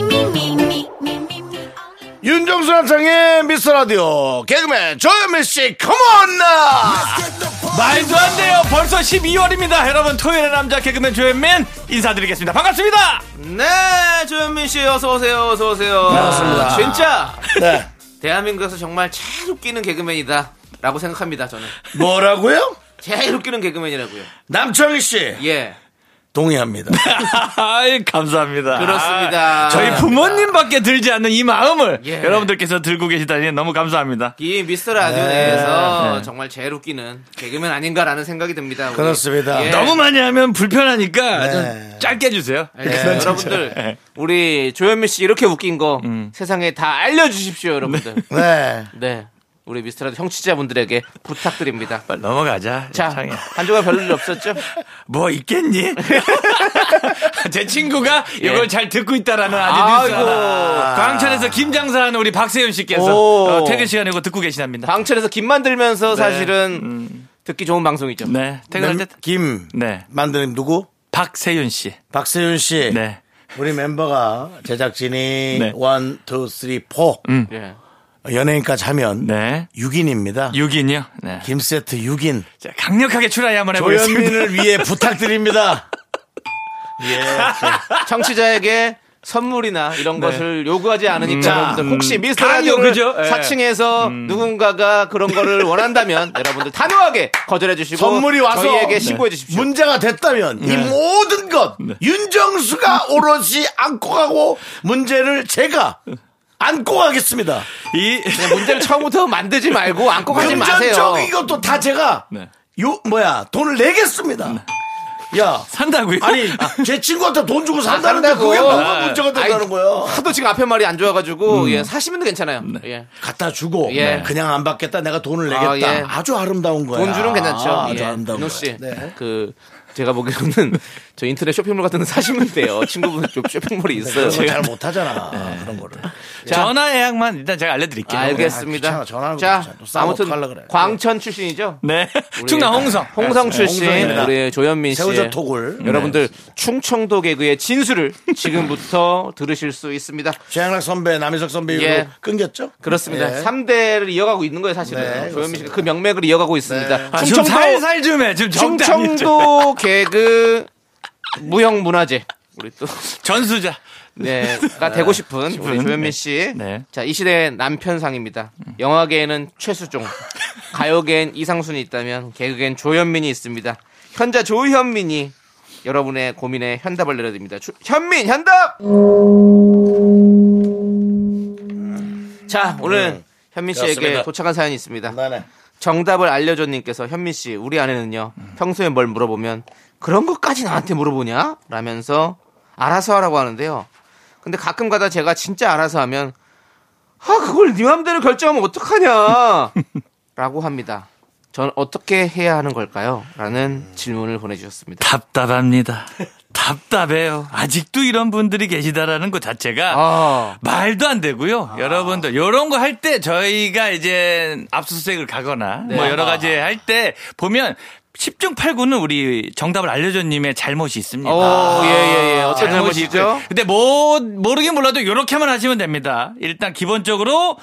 S4: me, me, me, me, me, me, only me.
S2: 윤정수 남창의 미스터 라디오 개그맨 조현민 씨 컴온
S7: 말도 안 돼요. 벌써 12월입니다. 여러분, 토요일의 남자 개그맨 조현민 인사드리겠습니다. 반갑습니다.
S3: 네, 조현민 씨 어서 오세요. 어서 오세요.
S2: 반갑습니다.
S3: 진짜
S2: 네
S3: 대한민국에서 정말 제일 웃기는 개그맨이다라고 생각합니다. 저는
S2: 뭐라고요?
S3: 제일 웃기는 개그맨이라고요.
S2: 남창희 씨
S3: 예,
S2: 동의합니다.
S7: 아이, 감사합니다.
S3: 그렇습니다.
S7: 저희 부모님밖에 들지 않는 이 마음을
S3: 예.
S7: 여러분들께서 들고 계시다니 너무 감사합니다.
S3: 이 미스터 라디오 내에서 정말 제일 웃기는 개그맨 아닌가라는 생각이 듭니다. 우리.
S2: 그렇습니다.
S3: 예.
S7: 아, 너무 많이 하면 불편하니까
S2: 네.
S7: 좀 짧게 해주세요.
S3: 네, 여러분들 우리 조현민 씨 이렇게 웃긴 거
S7: 음.
S3: 세상에 다 알려주십시오, 여러분들.
S2: 네
S3: 네, 우리 미스터 라디오 형취자분들에게 부탁드립니다.
S7: 빨리 넘어가자.
S3: 자,
S7: 창이야.
S3: 한 주간 별일 없었죠?
S7: 뭐 있겠니? 제 친구가 이걸 잘 듣고 있다라는 아주 뉴스
S3: 아이고.
S7: 하나. 광천에서 김장사하는 우리 박세윤 씨께서
S3: 오.
S7: 어, 퇴근 시간에 이거 듣고 계시답니다. 음.
S3: 방철에서 김 만들면서 사실은 듣기 좋은 방송이죠.
S7: 네, 퇴근할 때.
S2: 김
S7: 네,
S2: 만드님 누구?
S7: 박세윤 씨.
S2: 박세윤 씨.
S7: 네.
S2: 우리 멤버가 제작진이
S7: 네.
S2: 원, 투, 쓰리, 포
S3: 예.
S2: 연예인까지 하면
S7: 네.
S2: 6인입니다.
S7: 6인이요? 네.
S2: 김세트 6인.
S7: 자, 강력하게 출하에 한번 해보겠습니다.
S2: 조현민을 위해 부탁드립니다.
S3: 어, 청취자에게 선물이나 이런
S2: 네.
S3: 것을 요구하지
S2: 음.
S3: 않으니까 여러분들 혹시 미스터
S7: 강요,
S3: 라디오를
S7: 그죠? 예.
S3: 4층에서 누군가가 그런 거를 원한다면 여러분들 단호하게 거절해 주시고
S2: 선물이 와서 네.
S3: 저희에게 신고해 주십시오. 네.
S2: 문제가 됐다면 이 모든 것 윤정수가 오롯이 안고 가고 문제를 제가 안고 가겠습니다.
S7: 이
S3: 문제를 처음부터 만들지 말고 안고 가지 마세요.
S2: 금전적인 것도 다 제가
S7: 네.
S2: 요 뭐야 돈을
S3: 네.
S2: 내겠습니다. 야
S7: 산다고요?
S2: 아니 제 친구한테 돈 주고 산다는데
S3: 산다고.
S2: 그게 뭐가 문제가 된다는
S3: 아, 아이,
S2: 거야? 음. 네.
S3: 하도 지금 앞에 말이 안 좋아가지고 예, 사시면 괜찮아요. 예.
S2: 갖다 주고
S3: 예.
S2: 그냥 안 받겠다 내가 돈을 내겠다
S3: 아, 예.
S2: 아주 아름다운 거야
S3: 돈 주는 괜찮죠.
S2: 아,
S3: 예.
S2: 아주 아름다운 거야
S3: 민호 씨,
S2: 네.
S3: 그 제가 보기로는 저 인터넷 쇼핑몰 같은 데 사시면 돼요. 친구분 좀 쇼핑몰이 있어요.
S2: 그런 걸 잘 못하잖아
S3: 예.
S2: 그런 거를
S7: 전화 예약만 일단 제가 알려드릴게요.
S3: 알겠습니다.
S2: 아, 귀찮아. 전화하는 거
S3: 자,
S2: 귀찮아. 또 싸움
S3: 아무튼
S2: 어떡하려고 그래. 네,
S3: 광천 출신이죠.
S7: 네. 충남 홍성.
S3: 홍성 출신
S2: 홍성입니다.
S3: 우리 조현민 씨.
S2: 세우자 톡을 네,
S3: 여러분들 충청도 개그의 진수를 지금부터 들으실 수 있습니다.
S2: 네. 최양락 선배 남희석 선배 이후로
S3: 예.
S2: 끊겼죠
S3: 그렇습니다.
S2: 예.
S3: 삼 3대를 이어가고 있는 거예요, 사실은.
S2: 네,
S3: 조현민
S2: 그렇습니다. 네.
S3: 씨가 그 명맥을 이어가고 있습니다.
S7: 아, 좀
S3: 충청도
S7: 살살 좀 해. 지금 정당이 좀.
S3: 충청도 개그 무형 문화재. 우리 또
S7: 전수자.
S3: 네가 되고 싶은 우리
S7: 싶은,
S3: 조현민
S7: 네.
S3: 씨.
S7: 네.
S3: 자, 이 시대의 남편상입니다. 영화계에는 최수종, 가요계엔 이상순이 있다면 개그계엔 조현민이 있습니다. 현자 조현민이 여러분의 고민에 현답을 내려드립니다. 조- 현민 현답. 자, 오늘 현민 씨에게
S2: 네. 그렇습니다.
S3: 도착한 사연이 있습니다.
S2: 네네
S3: 정답을 알려줘 님께서 현민 씨 우리 아내는요 평소에 뭘 물어보면 그런 것까지 나한테 물어보냐 라면서 알아서 하라고 하는데요 근데 가끔 가다 제가 진짜 알아서 하면 아 그걸 네 맘대로 결정하면 어떡하냐 라고 합니다 전 어떻게 해야 하는 걸까요 라는 질문을 보내주셨습니다
S7: 음. 답답합니다. 답답해요. 아직도 이런 분들이 계시다라는 것 자체가
S3: 아
S7: 말도 안 되고요. 여러분들 요런 거 할 때 저희가 이제 압수수색을 가거나 뭐 여러 가지 할 때 보면 10중 8구는 우리 정답을 알려준 님의 잘못이 있습니다.
S3: 오, 예, 예, 예. 어떤
S7: 잘못이
S3: 잘못이죠?
S7: 있고요. 근데 뭐 모르긴 몰라도 요렇게만 하시면 됩니다. 일단 기본적으로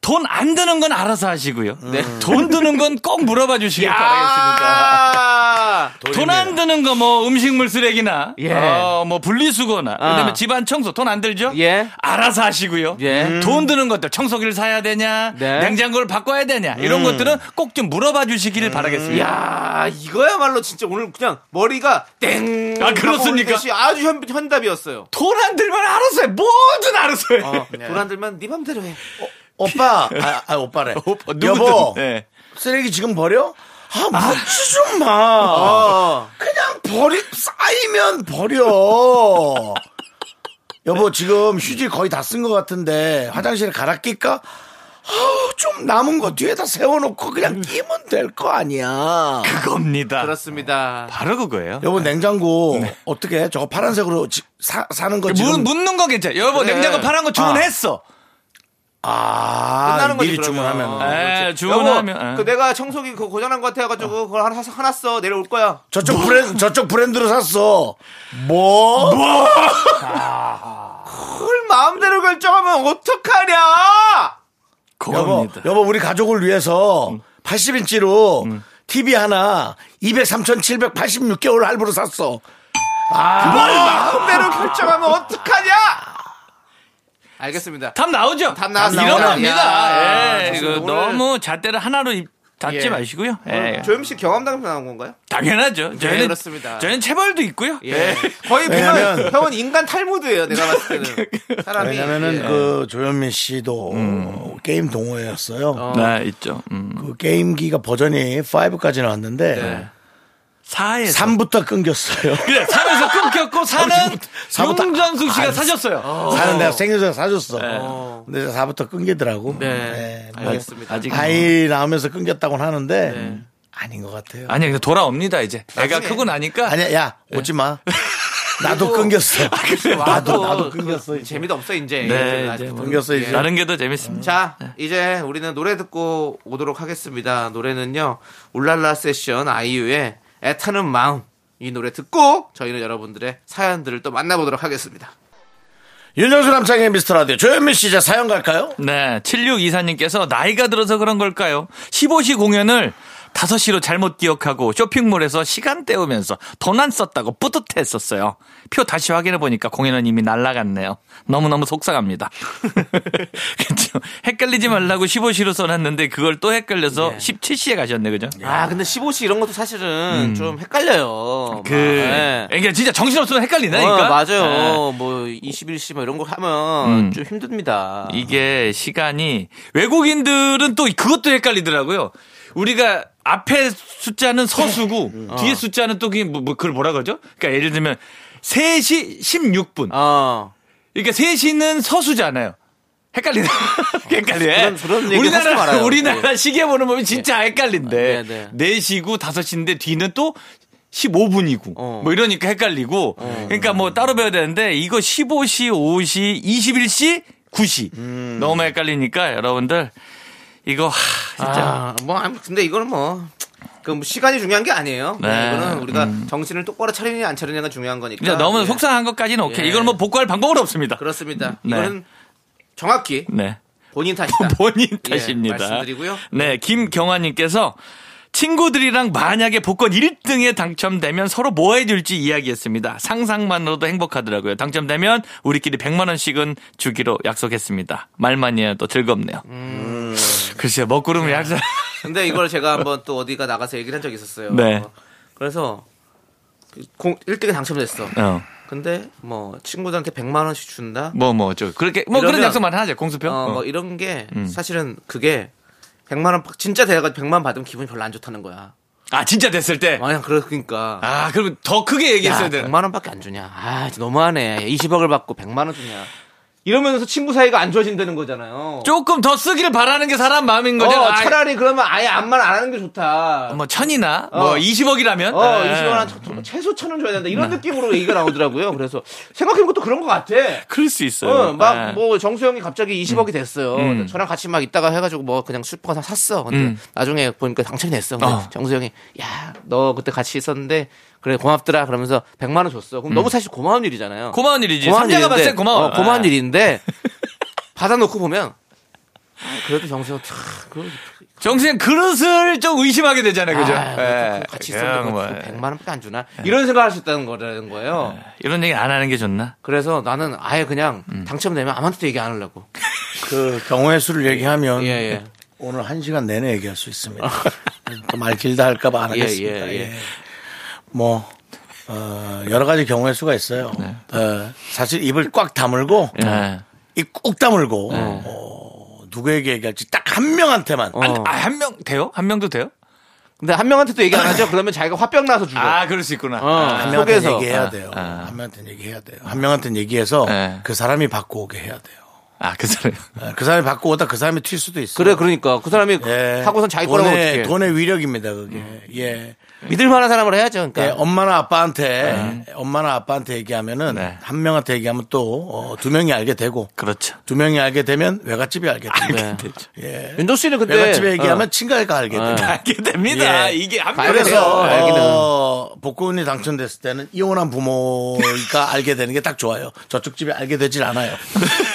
S7: 돈 안 드는 건 알아서 하시고요. 돈 드는 건 꼭 물어봐 주시길 바라겠습니다.
S3: 아,
S7: 돈 안 드는 거 뭐 음식물 쓰레기나
S3: 예.
S7: 어, 뭐 분리수거나
S3: 아.
S7: 그다음에 집안 청소 돈 안 들죠?
S3: 예.
S7: 알아서 하시고요.
S3: 예. 음.
S7: 돈 드는 것들 청소기를 사야 되냐,
S3: 네.
S7: 냉장고를 바꿔야 되냐 이런 것들은 꼭 좀 물어봐 주시기를 바라겠습니다.
S3: 야 아, 이거야말로 진짜 오늘 그냥 머리가 땡
S7: 아, 그렇습니까?
S3: 하고 오는 듯이 아주 현, 현답이었어요
S7: 돈 안 들면 알아서 해. 뭐든 알아서 해.
S3: 돈 안 들면 네 맘대로 해
S2: 오빠 아, 아, 오빠래
S7: 오빠, 누구든.
S2: 여보
S3: 네.
S7: 예.
S2: 쓰레기 지금 버려 아 묻지 좀마
S3: 어.
S2: 그냥 버리 쌓이면 버려. 여보 지금 휴지 거의 다 쓴 것 같은데 화장실에 갈아 낄까? 아우 좀 남은 거 뒤에다 세워놓고 그냥 끼면 될 거 아니야.
S7: 그겁니다.
S3: 그렇습니다.
S7: 바로 그거예요.
S2: 여보 냉장고
S3: 네.
S2: 어떻게 해? 저거
S3: 그
S2: 파란색으로 지- 사, 사는 거 지금
S7: 어,
S3: 네.
S7: 묻, 묻는 거 괜찮아. 여보
S3: 그래.
S7: 냉장고 파란 거 주문했어.
S2: 아,
S3: 끝나는 거지
S2: 미리
S3: 그러면.
S2: 주문하면.
S3: 어,
S7: 에,
S3: 그렇지.
S7: 주문하면,
S3: 여보,
S7: 에.
S3: 그 내가 청소기 그거 고장난 것 같아가지고 그걸 하나 사서 하나 써 내려올 거야.
S2: 저쪽 브랜드 저쪽 브랜드로 샀어. 뭐?
S3: 그걸 마음대로 결정하면 어떡하냐?
S2: 여보,
S7: 그겁니다.
S2: 여보 우리 가족을 위해서 80인치로 TV 하나 203,786개월 할부로 샀어. 아,
S3: 마음대로 결정하면 어떡하냐? 알겠습니다.
S7: 답 나오죠?
S3: 답 나왔습니다.
S7: 이런
S3: 야,
S7: 겁니다.
S3: 야,
S7: 예, 이거
S3: 오늘-
S7: 너무 잣대를 하나로 입- 닫지
S3: 예.
S7: 마시고요. 예.
S3: 조임 씨 경험담 나온 건가요?
S7: 당연하죠. 저희는
S3: 네, 그렇습니다.
S7: 저희는 체벌도 있고요.
S3: 예. 거의 보면 형은 인간 탈모드예요. 내가 봤을 때는 사람이.
S2: 왜냐면은
S3: 예.
S2: 그 조현민 씨도 어, 게임 동호회였어요.
S7: 네, 있죠. 음.
S2: 그 게임기가 버전이 5까지 나왔는데
S7: 4에서
S2: 3부터 끊겼어요.
S7: 그래, 3에서 끊겼고 4는
S2: 사부터-
S7: 윤정수 씨가 사줬어요.
S2: 사는 내가 생일에 사줬어. 근데 이제 4부터 끊기더라고.
S3: 네.
S2: 네.
S3: 알겠습니다.
S7: 아직
S2: 아이 낳으면서 끊겼다고는 하는데 아닌 것 네. 같아요.
S7: 아니 근데 돌아옵니다 이제. 애가
S3: 나중에.
S7: 크고 나니까
S2: 아니야, 야, 오지 마. 나도 끊겼어. 나도, 나도
S3: 그-
S2: 끊겼어. 이제.
S3: 재미도 없어 이제.
S7: 네,
S3: 아직도. 예.
S7: 이제 뭐-
S2: 끊겼어, 이제.
S7: 다른 게 더 재밌습니다.
S3: 음. 자, 이제 우리는 노래 듣고 오도록 하겠습니다. 노래는요, 울랄라 세션 아이유의 애타는 마음. 이 노래 듣고 저희는 여러분들의 사연들을 또 만나보도록 하겠습니다.
S2: 윤정수 남창의 미스터 라디오. 조현민 씨 이제 사연 갈까요?
S7: 네, 7624님께서 나이가 들어서 그런 걸까요? 15시 공연을 5시로 잘못 기억하고 쇼핑몰에서 시간 때우면서 돈 안 썼다고 뿌듯했었어요. 표 다시 확인해 보니까 공연은 이미 날라갔네요. 너무너무 속상합니다. 그렇죠. 헷갈리지 말라고 15시로 써놨는데 그걸 또 헷갈려서 17시에 가셨네, 그죠?
S3: 아, 근데 15시 이런 것도 사실은 좀 헷갈려요.
S7: 음. 그,
S3: 막, 예.
S7: 그러니까 진짜 정신없으면 그러니까. 헷갈리나니까. 네.
S3: 어, 맞아요. 뭐, 21시 막 이런 거 하면 좀 힘듭니다.
S7: 음. 이게 시간이 외국인들은 또 그것도 헷갈리더라고요. 우리가 앞에 숫자는 서수고 뒤에 숫자는 또 그게 뭐, 뭐 그걸 뭐라 그러죠? 그러니까 예를 들면 3시 16분.
S3: 어.
S7: 그러니까 3시는 서수잖아요. 헷갈리네. 헷갈려.
S3: 그런- 그런 얘기 하지
S7: 우리나라,
S3: 말아요.
S7: 우리나라 시계 보는 법이 진짜 헷갈린데.
S3: 네,
S7: 4시고 5시인데 뒤는 또 15분이고.
S3: 어.
S7: 뭐 이러니까 헷갈리고. 그러니까 뭐 따로 배워야 되는데 이거 15시, 5시, 21시, 9시.
S3: 음.
S7: 너무 헷갈리니까 여러분들 이거 하, 진짜.
S3: 아, 뭐, 아무- 근데 이거는 뭐. 그뭐 시간이 중요한 게 아니에요.
S7: 네.
S3: 이거는 우리가 정신을 똑바로 차리느냐 안 차리느냐가 중요한 거니까.
S7: 진짜 너무
S3: 예.
S7: 속상한 것까지는 오케이.
S3: 예.
S7: 이걸 뭐 복구할 방법은 없습니다.
S3: 그렇습니다.
S7: 네.
S3: 이거는 정확히
S7: 네.
S3: 본인 탓이다.
S7: 본인
S3: 예,
S7: 탓입니다.
S3: 말씀드리고요.
S7: 네, 김경화님께서 친구들이랑 만약에 복권 1등에 당첨되면 서로 뭐 해줄지 이야기했습니다. 상상만으로도 행복하더라고요. 당첨되면 우리끼리 100만 원씩은 주기로 약속했습니다. 말만 해도 즐겁네요.
S3: 음.
S7: 음. 글쎄요,
S3: 네.
S7: 먹구름을 약속.
S3: 근데 이걸 제가 한번 또 어디가 나가서 얘기를 한 적이 있었어요.
S7: 네.
S3: 그래서 그 공, 1등에 당첨됐어.
S7: 어,
S3: 근데 뭐 친구들한테 100만 원씩 준다.
S7: 뭐, 뭐, 저, 그렇게, 뭐 그런
S3: 이러면-
S7: 약속만 하죠. 공수표.
S3: 어,
S7: 어.
S3: 뭐 이런 게 사실은 그게 100만 원 진짜 대가 100만 원 받으면 기분이 별로 안 좋다는 거야.
S7: 아, 진짜 됐을 때.
S3: 아니 그러니까
S7: 아, 그리고 더 크게 얘기했어야
S3: 야,
S7: 되나?
S3: 100만 원밖에 안 주냐. 아, 진짜 너무하네. 20억을 받고 100만 원 주냐. 이러면서 친구 사이가 안 좋아진다는 거잖아요.
S7: 조금 더 쓰기를 바라는 게 사람 마음인
S3: 어,
S7: 거죠. 아,
S3: 차라리 그러면 아예 아무 말 안 하는 게 좋다.
S7: 뭐, 천이나, 뭐,
S3: 어.
S7: 20억이라면. 네.
S3: 어, 20만 원 한- 최소 천 원 줘야 된다. 이런 느낌으로 얘기가 나오더라고요. 그래서 생각해보면 또 그런 것 같아.
S7: 그럴 수 있어요.
S3: 어,
S7: 예.
S3: 막, 뭐, 정수영이 갑자기 20억이 됐어요.
S7: 음.
S3: 저랑 같이 막 있다가 해가지고 뭐, 그냥 슈퍼 가서 샀어. 근데
S7: 음.
S3: 나중에 보니까 당첨이 됐어. 근데
S7: 어.
S3: 정수영이, 야, 너 그때 같이 있었는데, 그래, 고맙더라. 그러면서 100만원 줬어. 그럼 너무 사실 고마운 일이잖아요.
S7: 음. 고마운 일이지.
S3: 고마운
S7: 삼자가
S3: 일인데,
S7: 봤을 땐 고마워.
S3: 어, 고마운
S7: 예.
S3: 일인데, 받아놓고 보면, 아, 그래도 정수영, 참, 그
S7: 정수영 그릇을 좀 의심하게 되잖아요, 그죠?
S3: 아,
S7: 예.
S3: 그 같이
S7: 그냥
S3: 있었는데
S7: 뭐,
S3: 100만 원밖에 안 주나? 이런 생각할 수 있다는 거라는 예. 거예요. 음.
S7: 이런 얘기 안 하는 게 좋나?
S3: 그래서 나는 아예 그냥 당첨되면 아무한테도 얘기 안 하려고.
S2: 그 경우의 수를 얘기하면
S3: 예, 예.
S2: 오늘 한 시간 내내 얘기할 수 있습니다. 또 말 길다 할까봐 안
S3: 예,
S2: 하겠습니다.
S3: 예, 예.
S2: 예. 뭐 어, 여러 가지 경우의 수가 있어요. 어, 사실 입을 꽉 다물고
S3: 음.
S7: 예.
S2: 입 꾹 다물고 어, 누구에게 얘기할지 딱 한 명한테만
S7: 안-
S3: 어.
S7: 아, 한 명 돼요? 한 명도 돼요?
S3: 근데 한 명한테도 얘기 안 하죠? 그러면 자기가 화병 나서 죽어.
S7: 아, 그럴 수 있구나.
S3: 어,
S2: 한 명한테
S3: 속에서. 아, 네.
S2: 얘기해야 돼요. 한 명한테 얘기해야 돼요. 한 명한테 얘기해서
S7: 예.
S2: 그 사람이 바꿔오게 해야 돼요.
S3: 아, 그 사람.
S2: 예, 그 사람이 받고 오다 그 사람이 튈 수도 있어요.
S3: 그래, 그러니까. 그 사람이
S2: 예.
S3: 하고선 자기 거라고
S2: 돈의-
S3: 어떻게 음. 네.
S2: 돈의 위력입니다 그게. 예.
S3: 믿을 만한 사람을 해야죠. 그러니까.
S2: 예, 엄마나 아빠한테 엄마나 아빠한테 얘기하면은
S3: 네.
S2: 한 명한테 얘기하면 또 어, 두 명이 알게 되고
S3: 그렇죠.
S2: 두 명이 알게 되면 외갓집이 알게 되고
S3: 네.
S2: 예.
S3: 윤종 씨는 근데
S2: 외갓집에 얘기하면
S3: 어.
S2: 친가가 알게 돼요.
S7: 아,
S3: 알게 됩니다.
S2: 예.
S3: 이게 한
S2: 그래서
S3: 명에서 어, 아, 알기는.
S2: 어, 복권이 당첨됐을 때는 이혼한 부모가 알게 되는 게 딱 좋아요. 저쪽 집에 알게 되질 않아요.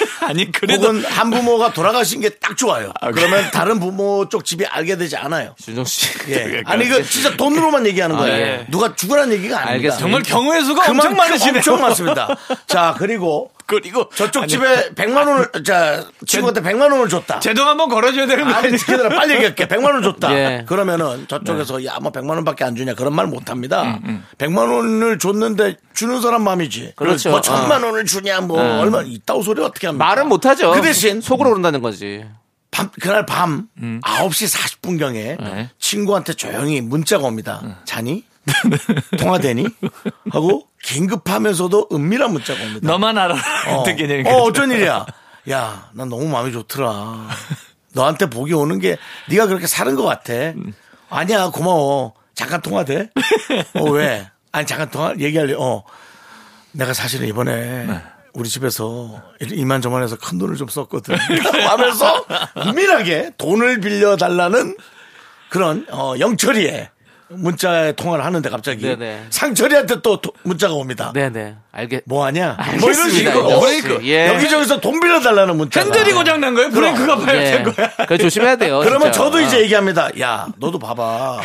S3: 아니 그래도
S2: 혹은 한 부모가 돌아가신 게 딱 좋아요. 그러면 다른 부모 쪽 집이 알게 되지 않아요.
S3: 윤종 씨.
S2: 예. 아니 이거 진짜 돈으로만 얘기하는 거예요.
S3: 예.
S2: 누가 죽으란 얘기가 아닙니다.
S3: 알겠습니다.
S2: 정말
S3: 경우의 수가
S2: 그만큼 엄청 많습니다. 자 그리고
S3: 그리고 아,
S2: 저쪽 집에 100만 원을 자 친구한테 100만 원을 줬다.
S3: 제동 한번 걸어줘야 되는 거
S2: 아니 걔들아 빨리 얘기할게. 100만 원 줬다.
S3: 예. 네.
S2: 그러면은 저쪽에서 야뭐 100만 원밖에 안 주냐 그런 말 못
S3: 음,
S2: 합니다. 100만 원을 줬는데 주는 사람 마음이지.
S3: 그렇죠. 네.
S2: 뭐 천만 원을 주냐 뭐 얼마 이따오 소리 어떻게 합니까?
S3: 말은 못하죠.
S2: 그 대신
S3: 속으로 오른다는 거지.
S2: 밤, 그날 밤 9시 40분경에 친구한테 조용히 문자가 옵니다. 자니? 통화되니? 하고 긴급하면서도 은밀한 문자가 옵니다.
S3: 너만 알아.
S2: 어, 어,
S7: 그렇죠?
S2: 어쩐 일이야? 야, 난 너무 마음이 좋더라. 너한테 복이 오는 게 네가 그렇게 사는 것 같아. 아니야, 고마워. 잠깐 통화돼? 어, 왜? 아니, 잠깐 통화 얘기할래. 어. 내가 사실은 이번에 우리 집에서 일- 이만저만해서 큰 돈을 좀 썼거든. 라고 하면서 은밀하게 돈을 빌려달라는 그런 어, 영철이의 문자에 통화를 하는데 갑자기
S3: 네네.
S2: 상철이한테 또 도- 문자가 옵니다.
S3: 네네. 알게.
S2: 뭐하냐? 뭐 이런
S3: 알겠습니다.
S2: 식으로
S3: 이거.
S2: 브레이크.
S3: 예.
S2: 여기저기서 돈 빌려달라는 문자.
S3: 핸들이 고장
S2: 난 거예요? 브레이크가
S3: 예. 그 조심해야 돼요.
S2: 그러면
S3: 진짜.
S2: 저도
S3: 어.
S2: 이제 얘기합니다. 야, 너도 봐봐.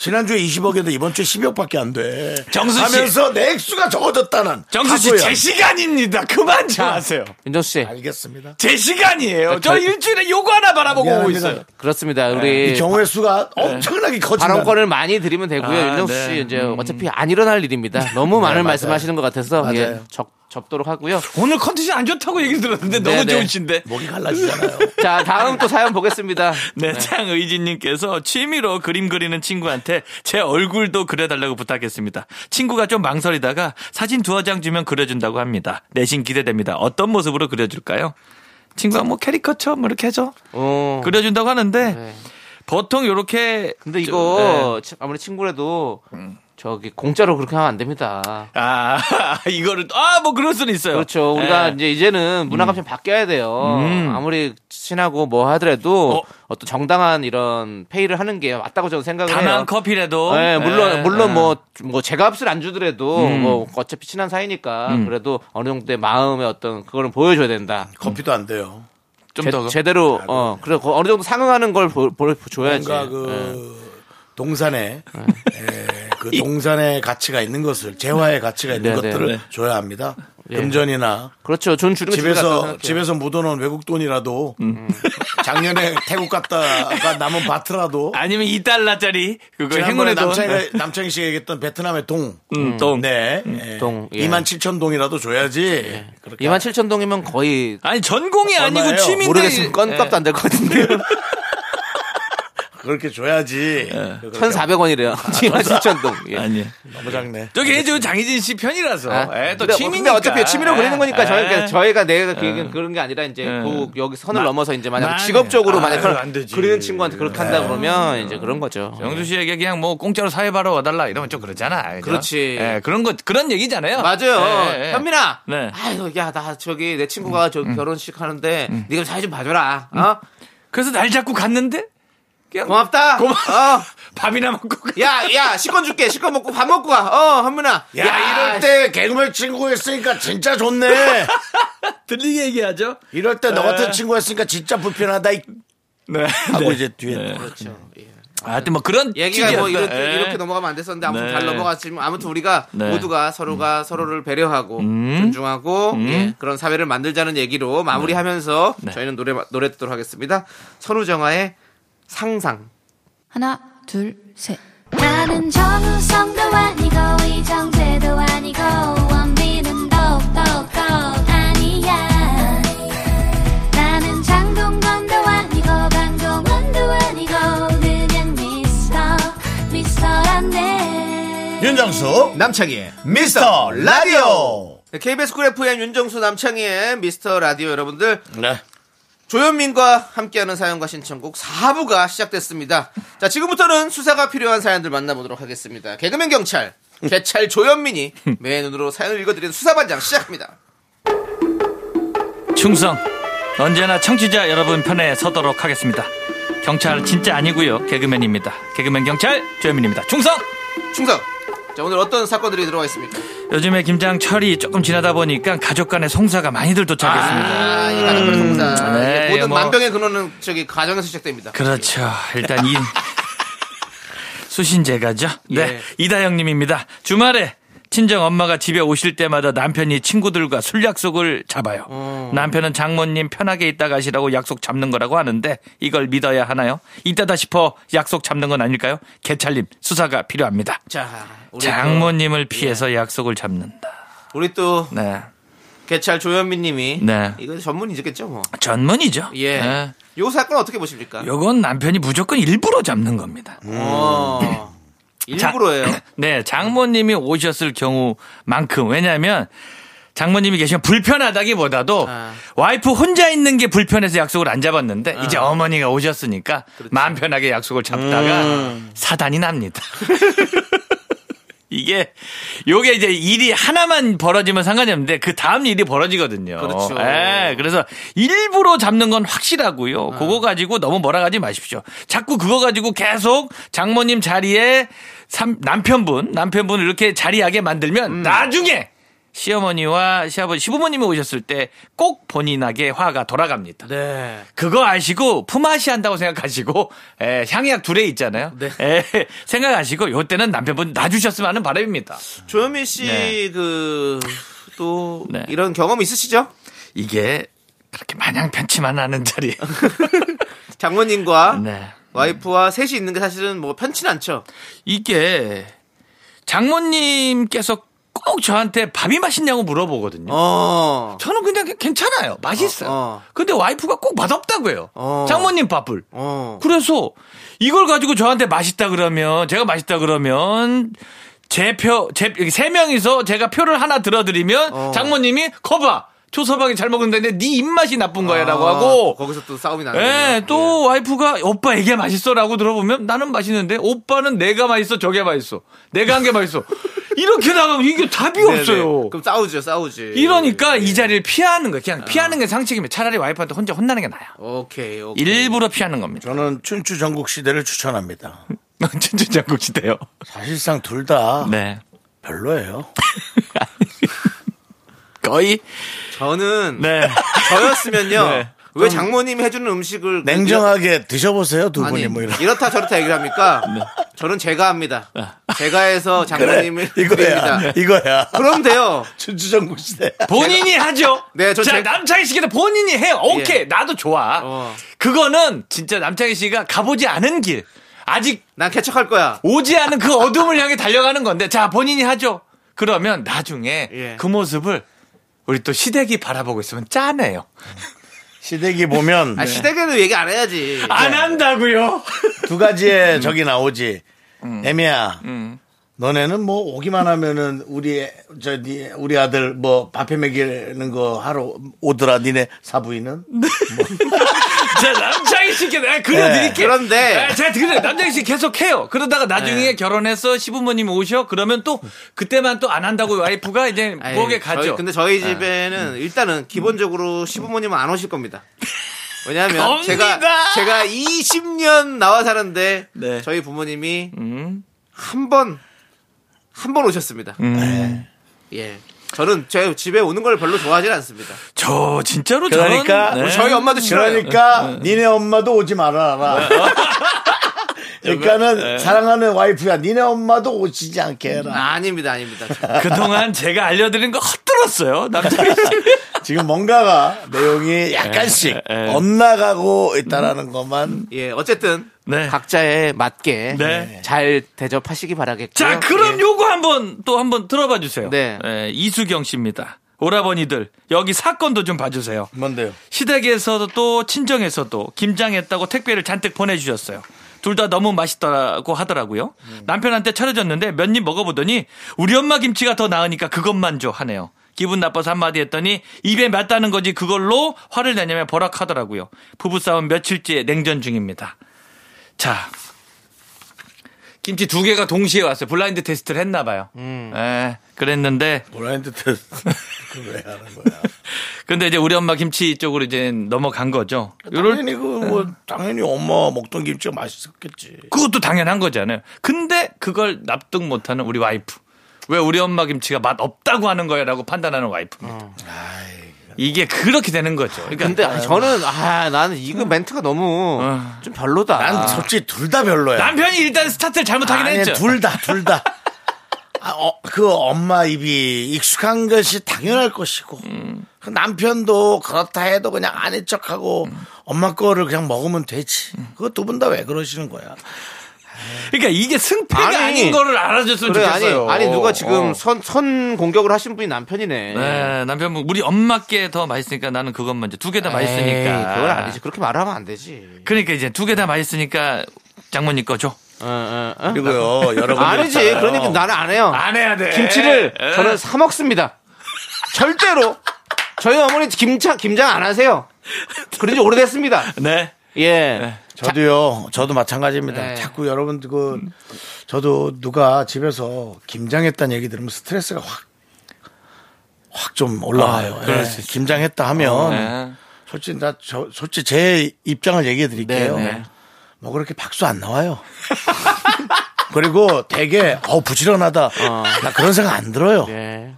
S2: 지난주에 20억인데 이번 주에 10억밖에 안 돼.
S7: 정수 씨.
S2: 하면서 내 액수가 적어졌다는.
S7: 정수
S2: 바보야.
S7: 씨제 시간입니다. 그만 좀
S3: 자,
S7: 하세요.
S3: 아, 윤정 씨.
S2: 알겠습니다.
S7: 제 시간이에요. 저
S3: 절-
S7: 일주일에 요거 하나 바라보고 오고
S2: 미안합니다.
S7: 있어요.
S3: 그렇습니다. 우리
S2: 이 경우의 수가 엄청나게 커진다.
S3: 예. 아, 발언권을 많이 드리면 되고요.
S7: 아,
S3: 윤정
S7: 네.
S3: 씨 이제 어차피 안 일어날 일입니다. 너무 많은 말씀하시는 것 같아서 예,
S2: 맞아요.
S3: 적, 접도록 하고요.
S7: 오늘 컨디션 안 좋다고 얘기 들었는데
S3: 네,
S7: 너무
S3: 네.
S7: 좋으신데.
S2: 목이 갈라지잖아요.
S3: 자, 다음 또 사연 보겠습니다.
S7: 네, 장의진님께서 취미로 그림 그리는 친구한테 제 얼굴도 그려달라고 부탁했습니다. 친구가 좀 망설이다가 사진 두어 장 주면 그려준다고 합니다. 내심 기대됩니다. 어떤 모습으로 그려줄까요? 친구가 뭐 캐리커처 뭐 이렇게 해줘
S3: 어.
S7: 그려준다고 하는데
S3: 네.
S7: 보통 이렇게
S3: 근데
S7: 저- 네.
S3: 이거 치- 아무리 친구라도 저기 공짜로 그렇게 하면 안 됩니다.
S7: 네. 아 이거를 아 뭐 그럴 수는 있어요.
S3: 그렇죠. 우리가
S7: 네. 음.
S3: 이제 이제는 문화 감정 바뀌어야 돼요. 아무리 친하고 뭐 하더라도
S7: 어.
S3: 어. 떤 정당한 이런 페이를 하는 게 맞다고 저는 생각을 해요.
S7: 단한 커피라도
S3: 네, 물론
S7: 네.
S3: 물론
S7: 네. 음.
S3: 뭐, 뭐 제값을 안 주더라도 뭐 어차피 친한 사이니까 그래도 어느 정도의 마음의 어떤 그거는 보여줘야 된다.
S2: 커피도 안 돼요.
S3: 제,
S7: 좀더 아, 네.
S3: 제대로 어 그래 어느 정도 상응하는 걸 보, 보, 줘야지.
S2: 뭔가 그 동산에 에, 그 동산의 가치가 있는 것을 재화의 가치가 있는
S3: 네, 네,
S2: 것들을
S3: 네.
S2: 줘야 합니다. 금전이나
S3: 그렇죠. 전 주는 게 중요하다고
S2: 집에서
S3: 생각해요.
S2: 집에서 묻어놓은 외국 돈이라도
S7: 음.
S2: 작년에 태국 갔다가 남은 바트라도
S7: 아니면 2달러짜리 그거
S2: 지난번에
S7: 행운의 돈 네.
S2: 남창이 남창희 씨가 얘기했던 베트남의 동,
S7: 음, 똥.
S2: 네,
S3: 동, 예.
S2: 2만 7천 동이라도 줘야지.
S3: 2만 7천 동이면 거의
S7: 아니 전공이
S2: 얼마예요?
S7: 아니고 예. 취미인데
S3: 모르겠으면 건값도 안 될 것 같은데.
S2: 그렇게 줘야지.
S7: 예. 아,
S3: 1,400원이래요. 2만 7천 동. 예.
S7: 아니
S2: 너무 작네.
S7: 저기 저 장희진 씨 편이라서
S3: 아,
S7: 예, 또
S3: 근데,
S7: 취미니까.
S3: 근데 어차피 취미로 그리는 거니까
S7: 예.
S3: 저희가 저희가 내가 그- 그런 게 아니라 이제 그 여기 선을 넘어서 이제 만약
S7: 많이.
S3: 직업적으로 만약
S7: 아유,
S3: 그런-
S7: 안 되지. 네. 어.
S3: 그리는 친구한테 그렇게 한다 그러면 이제 그런 거죠.
S7: 영주 씨에게 그냥 뭐 공짜로 사회바로 와달라 이러면 좀 그러잖아. 그죠?
S3: 그렇지.
S7: 예, 그런 거 그런 얘기잖아요.
S3: 맞아요.
S7: 예, 예.
S3: 현민아.
S7: 네. 음,
S3: 아유, 야, 나 저기 내 친구가 저 결혼식 하는데 네가 사회 좀 봐줘라. 어?
S7: 그래서 날 잡고 갔는데 그냥
S3: 고맙다.
S7: 음. 고마-
S3: 어.
S7: 밥이나 먹고
S3: 야, 야, 식권 줄게. 식권 먹고 밥 먹고 가. 어, 현민아.
S2: 야, 이럴 때 개그맨 친구 했으니까 진짜 좋네.
S7: 들리게 얘기하죠.
S2: 이럴 때 너
S7: 예.
S2: 같은 친구 했으니까 진짜 불편하다. 이-
S7: 네.
S2: 하고
S7: 네.
S2: 이제 뒤에
S3: 그렇죠. 예.
S7: 아, 하여튼 뭐 그런
S3: 얘기가
S7: 취지였어요.
S3: 뭐 이렇게,
S7: 예.
S3: 이렇게 넘어가면 안 됐었는데 아무튼
S7: 네.
S3: 잘 넘어갔지만 아무튼 우리가
S7: 네. 음.
S3: 모두가 서로가 서로를 배려하고 존중하고 예, 그런 사회를 만들자는 얘기로 마무리하면서
S7: 네.
S3: 저희는 노래 노래 듣도록 하겠습니다. 선우정아의 상상.
S8: 하나, 둘, 셋.
S4: 나는 정우성도 아니고 이정재도 아니고 원빈은 더욱더 아니야 나는 장동건도 아니고 강동원도 아니고 그냥 미스터 미스터란데
S2: 윤정수
S3: 남창희의
S2: 미스터 라디오.
S3: 네, KBS 쿨 FM 윤정수 남창희의 미스터 라디오 여러분들
S7: 네.
S3: 조현민과 함께하는 사연과 신청곡 4부가 시작됐습니다. 자 지금부터는 수사가 필요한 사연들 만나보도록 하겠습니다. 개그맨 경찰 개찰 조현민이 매 눈으로 사연을 읽어드리는 수사반장 시작합니다.
S7: 충성. 언제나 청취자 여러분 편에 서도록 하겠습니다. 경찰 진짜 아니고요. 개그맨입니다. 개그맨 경찰 조현민입니다. 충성.
S3: 충성. 자 오늘 어떤 사건들이 들어와 있습니까?
S7: 요즘에 김장철이 조금 지나다 보니까 가족 간의 송사가 많이들 도착했습니다.
S3: 아, 이 가정의 성사.
S7: 네,
S3: 이게 모든
S7: 뭐.
S3: 만병의 근원은 저기 가정에서 시작됩니다.
S7: 그렇죠. 일단 이 수신제가죠. 네. 이다영님입니다. 주말에 친정 엄마가 집에 오실 때마다 남편이 친구들과 술 약속을 잡아요. 남편은 장모님 편하게 있다 가시라고 약속 잡는 거라고 하는데 이걸 믿어야 하나요? 이따다 싶어 약속 잡는 건 아닐까요? 개찰님 수사가 필요합니다.
S3: 자,
S7: 그
S3: 우리
S7: 장모님을 피해서 약속을 잡는다.
S3: 또, 우리 또
S7: 네.
S3: 개찰 조현민님이
S7: 네.
S3: 이거 전문이겠죠 뭐.
S7: 전문이죠.
S3: 예.
S7: 네.
S3: 요 사건 어떻게 보십니까?
S7: 요건 남편이 무조건 일부러 잡는 겁니다.
S3: 어.
S7: 자-
S3: 일부러예요.
S7: 네, 장모님이 오셨을 경우만큼 왜냐하면 장모님이 계시면 불편하다기보다도
S3: 아.
S7: 와이프 혼자 있는 게 불편해서 약속을 안 잡았는데 이제 어머니가 오셨으니까 마음 편하게 약속을 잡다가 사단이 납니다. 이게 요게 이제 일이 하나만 벌어지면 상관이 없는데 그 다음 일이 벌어지거든요.
S3: 그렇죠.
S7: 예, 그래서 일부러 잡는 건
S3: 음.
S7: 확실하고요. 그거 가지고 너무 뭐라 가지 마십시오. 자꾸 그거 가지고 계속 장모님 자리에 삼- 남편분, 남편분을 이렇게 자리하게 만들면
S3: 음.
S7: 나중에 시어머니와 시아버지, 시부모님이 오셨을 때 꼭 본인에게 화가 돌아갑니다.
S3: 네.
S7: 그거 아시고 품앗이 한다고 생각하시고 에, 향약 둘에 있잖아요. 에, 생각하시고 요때는 남편분 놔주셨으면 하는 바람입니다.
S3: 조현민 씨
S7: 네.
S3: 그. 또
S7: 네.
S3: 이런 경험 있으시죠?
S7: 이게 그렇게 마냥 편치만 않은 자리.
S3: 장모님과
S7: 네.
S3: 와이프와 셋이 있는 게 사실은 뭐 편치 는 않죠.
S7: 이게 장모님께서 꼭 저한테 밥이 맛있냐고 물어보거든요.
S3: 어.
S7: 저는 그냥 괜찮아요. 맛있어요.
S3: 어, 어.
S7: 근데 와이프가 꼭 맛없다고 해요.
S3: 어.
S7: 장모님 밥을.
S3: 어.
S7: 그래서 이걸 가지고 저한테 맛있다 그러면 제가 맛있다 그러면 제 표, 제, 여기 세 명이서 제가 표를 하나 들어드리면
S3: 어.
S7: 장모님이 거봐! 초서방이 잘 먹는다는데 네 입맛이 나쁜 거야 라고
S3: 아,
S7: 하고
S3: 거기서 또 싸움이 나는
S7: 예, 또 와이프가 오빠 이게 맛있어라고 들어보면 나는 맛있는데 오빠는 내가 맛있어 저게 맛있어 내가 한 게 맛있어 이렇게 나가면 이게 답이 없어요.
S3: 예. 네, 그럼 예, 싸우죠, 싸우지.
S7: 이러니까 이 자리를 피하는 거예요.
S3: 아.
S7: 그냥 피하는 게 상책입니다. 차라리 와이프한테 혼자 혼나는 게 나아요.
S3: 오케이, 오케이.
S7: 일부러 피하는 겁니다.
S2: 저는 춘추 전국 시대를 추천합니다.
S7: 춘추장국 시대요.
S2: 사실상 둘 다
S7: 네.
S2: 별로예요.
S7: 거의
S3: 저는
S7: 네.
S3: 저였으면요.
S7: 네.
S3: 왜 장모님이 해주는 음식을
S2: 냉정하게 드셔보세요 두
S3: 아니, 네,
S2: 분이 뭐 이런. 네.
S3: 이렇다 저렇다 얘기를 합니까? 저는 제가 합니다. 제가 해서
S2: 아. 그래
S3: 장모님을
S2: 이거야 네.
S3: 드립니다.
S2: 이거야.
S3: 그럼 돼요.
S2: 춘추 전국 시대.
S7: 본인이 하죠.
S3: 네, 저
S7: 자,
S3: 제-
S7: 남창희 씨께도 본인이 해요. 오케이,
S3: 예.
S7: 나도 좋아.
S3: 어.
S7: 그거는 진짜 남창희 씨가 가보지 않은 길, 아직
S3: 난 개척할 거야.
S7: 오지 않은 그 어둠을 향해 달려가는 건데, 자, 본인이 하죠. 그러면 나중에
S3: 예.
S7: 그 모습을 우리 또 시댁이 바라보고 있으면 짠해요.
S2: 시댁이 보면
S3: 아, 시댁에도 얘기 안 해야지.
S7: 안 한다고요?
S2: 두 가지의
S3: 음.
S2: 적이 나오지. 애미야. 너네는 뭐 오기만 하면은 우리 애- 저 니- 우리 아들 뭐 밥해 먹이는 거 하러 오더라 니네 사부인은
S7: 자, 남창희 씨께 내가
S3: 네,
S7: 그려드릴게요.
S3: 그런데. 네.
S7: 아, 제가 그래. 남창희 씨 계속 해요. 그러다가 나중에 결혼해서 시부모님 오셔. 그러면 또 그때만 또 안 한다고 와이프가 이제
S3: 아이,
S7: 부엌에
S3: 저희-
S7: 가죠.
S3: 근데
S2: 아.
S3: 저희
S2: 음.
S3: 집에는 일단은 기본적으로 시부모님은 안 오실 겁니다. 왜냐하면
S7: 겁니다.
S3: 제가 제가 20년 나와 사는데
S7: 네.
S3: 저희 부모님이
S2: 음.
S3: 한 번 한 번 오셨습니다. 네.
S2: 네.
S3: 예, 저는 제 집에 오는 걸 별로 좋아하지 않습니다. 뭐
S7: 저 진짜로
S2: 그러니까
S7: 저는 네.
S3: 저희 엄마도 싫어요.
S2: 그러니까 니네 엄마도 오지 말아라. 그러니까는 사랑하는 와이프야 니네 엄마도 오시지 않게 해라.
S3: 아, 아닙니다, 아닙니다.
S7: 그동안 제가 알려드린 거 헛들었어요. 남창희 씨.
S2: 지금 뭔가가 내용이 약간씩
S7: 에.
S2: 엇나가고 있다라는 것만
S3: 예, 어쨌든
S7: 네.
S3: 각자에 맞게
S7: 네.
S3: 잘 대접하시기 바라겠고요.
S2: 네,
S3: 예.
S7: 자, 그럼 요거 한번 또 한번 들어봐 주세요.
S3: 네.
S7: 예, 이수경 씨입니다. 오라버니들 여기 사건도 좀 봐주세요.
S2: 뭔데요?
S7: 시댁에서도 또 친정에서도 김장했다고 택배를 잔뜩 보내주셨어요. 둘 다 너무 맛있다고 하더라고요. 남편한테 차려줬는데 몇 입 먹어보더니 우리 엄마 김치가 더 나으니까 그것만 줘 하네요. 기분 나빠서 한마디 했더니 입에 맞다는 거지 그걸로 화를 내냐며 버락하더라고요. 부부싸움 며칠째 냉전 중입니다. 자. 김치 두 개가 동시에 왔어요. 블라인드 테스트를 했나 봐요. 예, 그랬는데
S2: 블라인드 테스트. 그걸 왜 하는 거야?
S7: 근데 이제 우리 엄마 김치 쪽으로 이제 넘어간 거죠. 요럴
S2: 당연히 그 뭐 당연히 엄마 먹던 김치가 맛있었겠지.
S7: 그것도 당연한 거잖아요. 근데 그걸 납득 못하는 우리 와이프. 왜 우리 엄마 김치가 맛 없다고 하는 거야라고 판단하는 와이프입니다.
S2: 어.
S7: 이게 그렇게 되는 거죠. 그러니까
S3: 근데 아니, 저는 아 나는 이거 멘트가 너무
S7: 어.
S3: 좀 별로다.
S2: 난 솔직히 둘 다 별로야.
S7: 남편이 일단 스타트를 잘못하긴
S2: 아니,
S7: 했죠.
S2: 둘 다, 둘 다. 아, 어, 그 엄마 입이 익숙한 것이 당연할 것이고, 그 남편도 그렇다 해도 그냥 아닌 척하고, 엄마 거를 그냥 먹으면 되지. 그거 두 분 다 왜 그러시는 거야?
S7: 그러니까 이게 승패가
S3: 아니.
S7: 아닌 거를 알아줬으면
S3: 그래 아니
S7: 좋겠어요.
S3: 아니 누가 지금
S7: 어.
S3: 선, 선 공격을 하신 분이 남편이네.
S7: 네, 남편분 우리 엄마께 더 맛있으니까 나는 그것 먼저 두 개 다 맛있으니까.
S3: 에이, 그건 아니지. 그렇게 말하면 안 되지.
S7: 그러니까 이제 두 개 다 맛있으니까 장모님 거죠.
S3: 어, 어, 어?
S2: 그리고요, 어. 여러분.
S3: 아니지. 그런
S2: 그러니까
S3: 얘기 나는 안 해요.
S7: 안 해야 돼. 어.
S3: 김치를
S7: 에.
S3: 저는 사 먹습니다. 절대로 저희 어머니 김장 김장 안 하세요. 그런 지 오래됐습니다.
S7: 네.
S3: 예.
S2: 저도요, 저도 마찬가지입니다.
S3: 네.
S2: 자꾸 여러분, 그, 저도 누가 집에서 김장했다는 얘기 들으면 스트레스가 확, 확 좀 올라와요. 예, 김장했다 하면,
S7: 네.
S2: 솔직히 나, 저, 솔직히 제 입장을 얘기해 드릴게요.
S7: 네, 네.
S2: 뭐 그렇게 박수 안 나와요. 그리고 되게, 어, 부지런하다. 나 그런 생각 안 들어요.
S7: 네.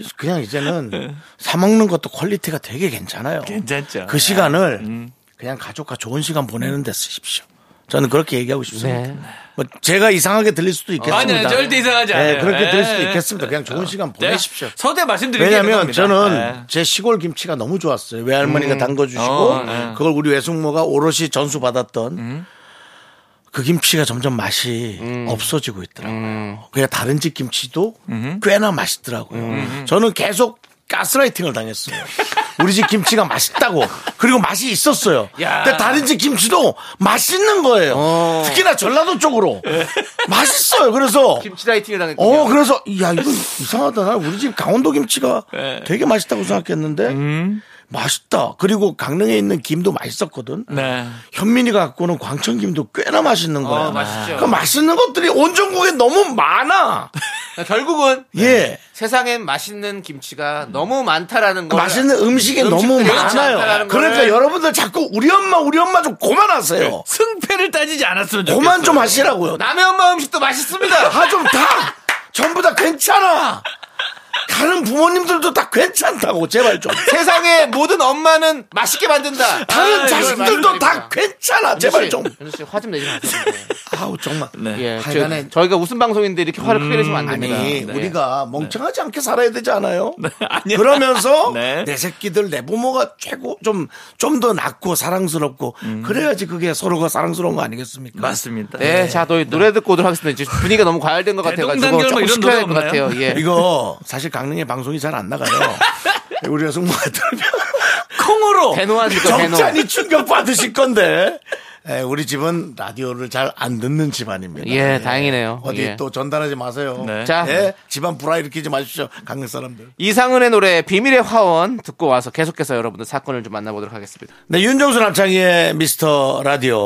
S3: 예.
S2: 그냥 이제는 사먹는 것도 퀄리티가 되게 괜찮아요.
S7: 괜찮죠. 네. 음.
S2: 그 시간을 그냥 가족과 좋은 시간 보내는 데 쓰십시오. 저는 그렇게 얘기하고 싶습니다. 뭐 제가 이상하게 들릴 수도 있겠습니다.
S7: 네. 아니요, 절대 이상하지 않아요.
S2: 예, 그렇게 들릴 수도
S7: 예, 예.
S2: 있겠습니다. 그냥 좋은 시간
S7: 네.
S2: 보내십시오.
S7: 서대 말씀드리는
S2: 왜냐면
S7: 네.
S2: 저는 제 시골 김치가 너무 좋았어요. 외할머니가 담궈주시고
S7: 어, 네.
S2: 그걸 우리 외숙모가 오롯이 전수 받았던 그 김치가 점점 맛이 없어지고 있더라고요. 그냥 다른 집 김치도 꽤나 맛있더라고요. 저는 계속 가스라이팅을 당했어요. 우리 집 김치가 맛있다고 그리고 맛이 있었어요. 근데 다른 집 김치도 맛있는 거예요. 특히나 전라도 쪽으로 맛있어요. 그래서
S3: 김치 라이팅을 당했군요.
S2: 어, 그래서, 야, 이거 이상하다. 나 우리 집 강원도 김치가 되게 맛있다고 생각했는데, 맛있다. 그리고 강릉에 있는 김도 맛있었거든.
S7: 네.
S2: 현민이가 갖고는 광천 김도 꽤나 맛있는 거야.
S3: 어, 맛있죠.
S2: 그 맛있는 것들이 온 전국에 너무 많아.
S3: 네, 결국은
S2: 예.
S3: 세상엔 맛있는 김치가 너무 많다라는
S2: 그
S3: 거.
S2: 맛있는 음식이 너무
S3: 음식들이 많지
S2: 많아요.
S3: 않다라는
S2: 그러니까
S3: 거를-
S2: 여러분들 자꾸 우리 엄마, 우리 엄마 좀 그만하세요.
S7: 승패를 따지지 않았으면 좋겠어요.
S2: 그만 좀 하시라고요.
S3: 남의 엄마 음식도 맛있습니다.
S2: 다 좀 다! 전부 다 괜찮아! 다른 부모님들도 다 괜찮다고, 제발 좀.
S3: 세상의 모든 엄마는 맛있게 만든다.
S2: 다른
S3: 아,
S2: 자식들도
S3: 이걸
S2: 다
S3: 말씀드립니다.
S2: 괜찮아. 제발 좀.
S3: 윤수 씨 화 좀 내지 마세요.
S2: 아우 정말.
S3: 예,
S2: 하여간에-
S3: 저, 저희가 웃음 방송인데 이렇게 화를 크게 내시면 안 됩니다.
S2: 아니
S3: 네.
S2: 우리가 멍청하지 않게 살아야 되지 않아요?
S7: 아니요.
S2: 그러면서
S7: 네.
S2: 내 새끼들 내 부모가 최고 좀 좀 더 낫고 사랑스럽고 그래야지 그게 서로가 사랑스러운 거 아니겠습니까?
S7: 맞습니다.
S3: 네, 자, 저희 노래 듣고 오도록 하겠습니다. 이제 분위기가 너무 과열된 것
S7: 대동단결
S3: 같아가지고
S7: 뭐
S3: 조금
S7: 이런
S3: 시켜야 될 것
S7: 노래 없나요?
S3: 같아요. 예.
S2: 이거 사실 강릉에 방송이 잘 안 나가요. 우리가 승무가 들면
S7: 콩으로
S3: 대노 하니까
S2: 적잖이
S3: 대노.
S2: 충격 받으실 건데 예, 우리 집은 라디오를 잘 안 듣는 집안입니다.
S3: 예, 다행이네요.
S2: 어디
S3: 예.
S2: 또 전달하지 마세요.
S7: 네.
S3: 자.
S2: 예, 집안 불화 일으키지 마십시오. 강릉 사람들.
S3: 이상은의 노래 비밀의 화원 듣고 와서 계속해서 여러분들 사건을 좀 만나보도록 하겠습니다.
S2: 네, 윤정수 남창희의 미스터 라디오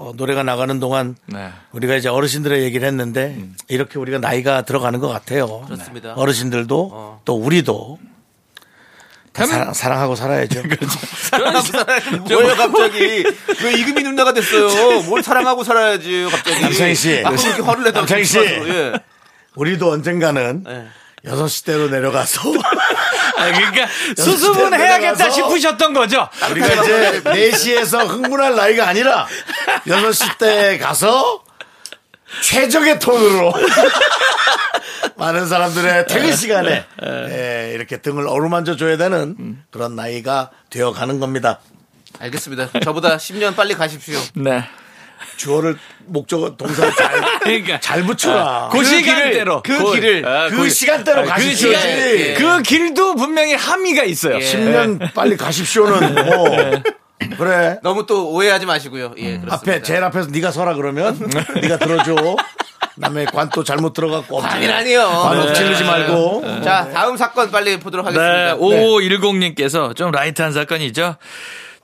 S2: 어, 노래가 나가는 동안
S7: 네.
S2: 우리가 이제 어르신들의 얘기를 했는데 이렇게 우리가 나이가 들어가는 것 같아요. 네.
S3: 그렇습니다.
S2: 어르신들도 또 우리도 다 사랑, 사랑하고 살아야죠.
S3: 뭐예요 갑자기? 왜 이금희 누나가 됐어요? 뭘 사랑하고 살아야지 갑자기.
S2: 남창희 씨.
S3: 아, 이렇게 화를 내다가.
S2: 남창희 씨.
S3: 집가서, 예.
S2: 우리도 언젠가는 여섯 시대로 내려가서
S7: 아, 그러니까 수습은 해야겠다
S2: 들어가서
S7: 싶으셨던 거죠.
S2: 우리가 이제 4시에서 흥분할 나이가 아니라 여섯 시대 가서 최적의 톤으로 많은 사람들의 퇴근 시간에 예, 이렇게 등을 어루만져 줘야 되는 그런 나이가 되어 가는 겁니다.
S3: 알겠습니다. 저보다 10년 빨리 가십시오.
S7: 네.
S2: 주어를 목적 동사를 잘,
S7: 그러니까
S2: 잘 붙여라.
S7: 그 시간대로
S3: 그 길을.
S7: 아,
S2: 그, 시간대로 가십시오.
S7: 시간에,
S2: 지.
S3: 예.
S7: 그 길도 분명히 함의가 있어요. 네.
S2: 10년 빨리 가십시오는 뭐 그래. 음.
S3: 너무 또 오해하지 마시고요. 예, 그렇습니다.
S2: 앞에 제일 앞에서 네가 서라 그러면 네가 들어줘. 남의 관 또 잘못 들어갔고
S3: 아니요. 네.
S2: 관 엎질르지 말고
S3: 자, 다음 사건 빨리 보도록
S7: 네,
S3: 하겠습니다.
S7: 5510님께서 좀 라이트한 사건이죠.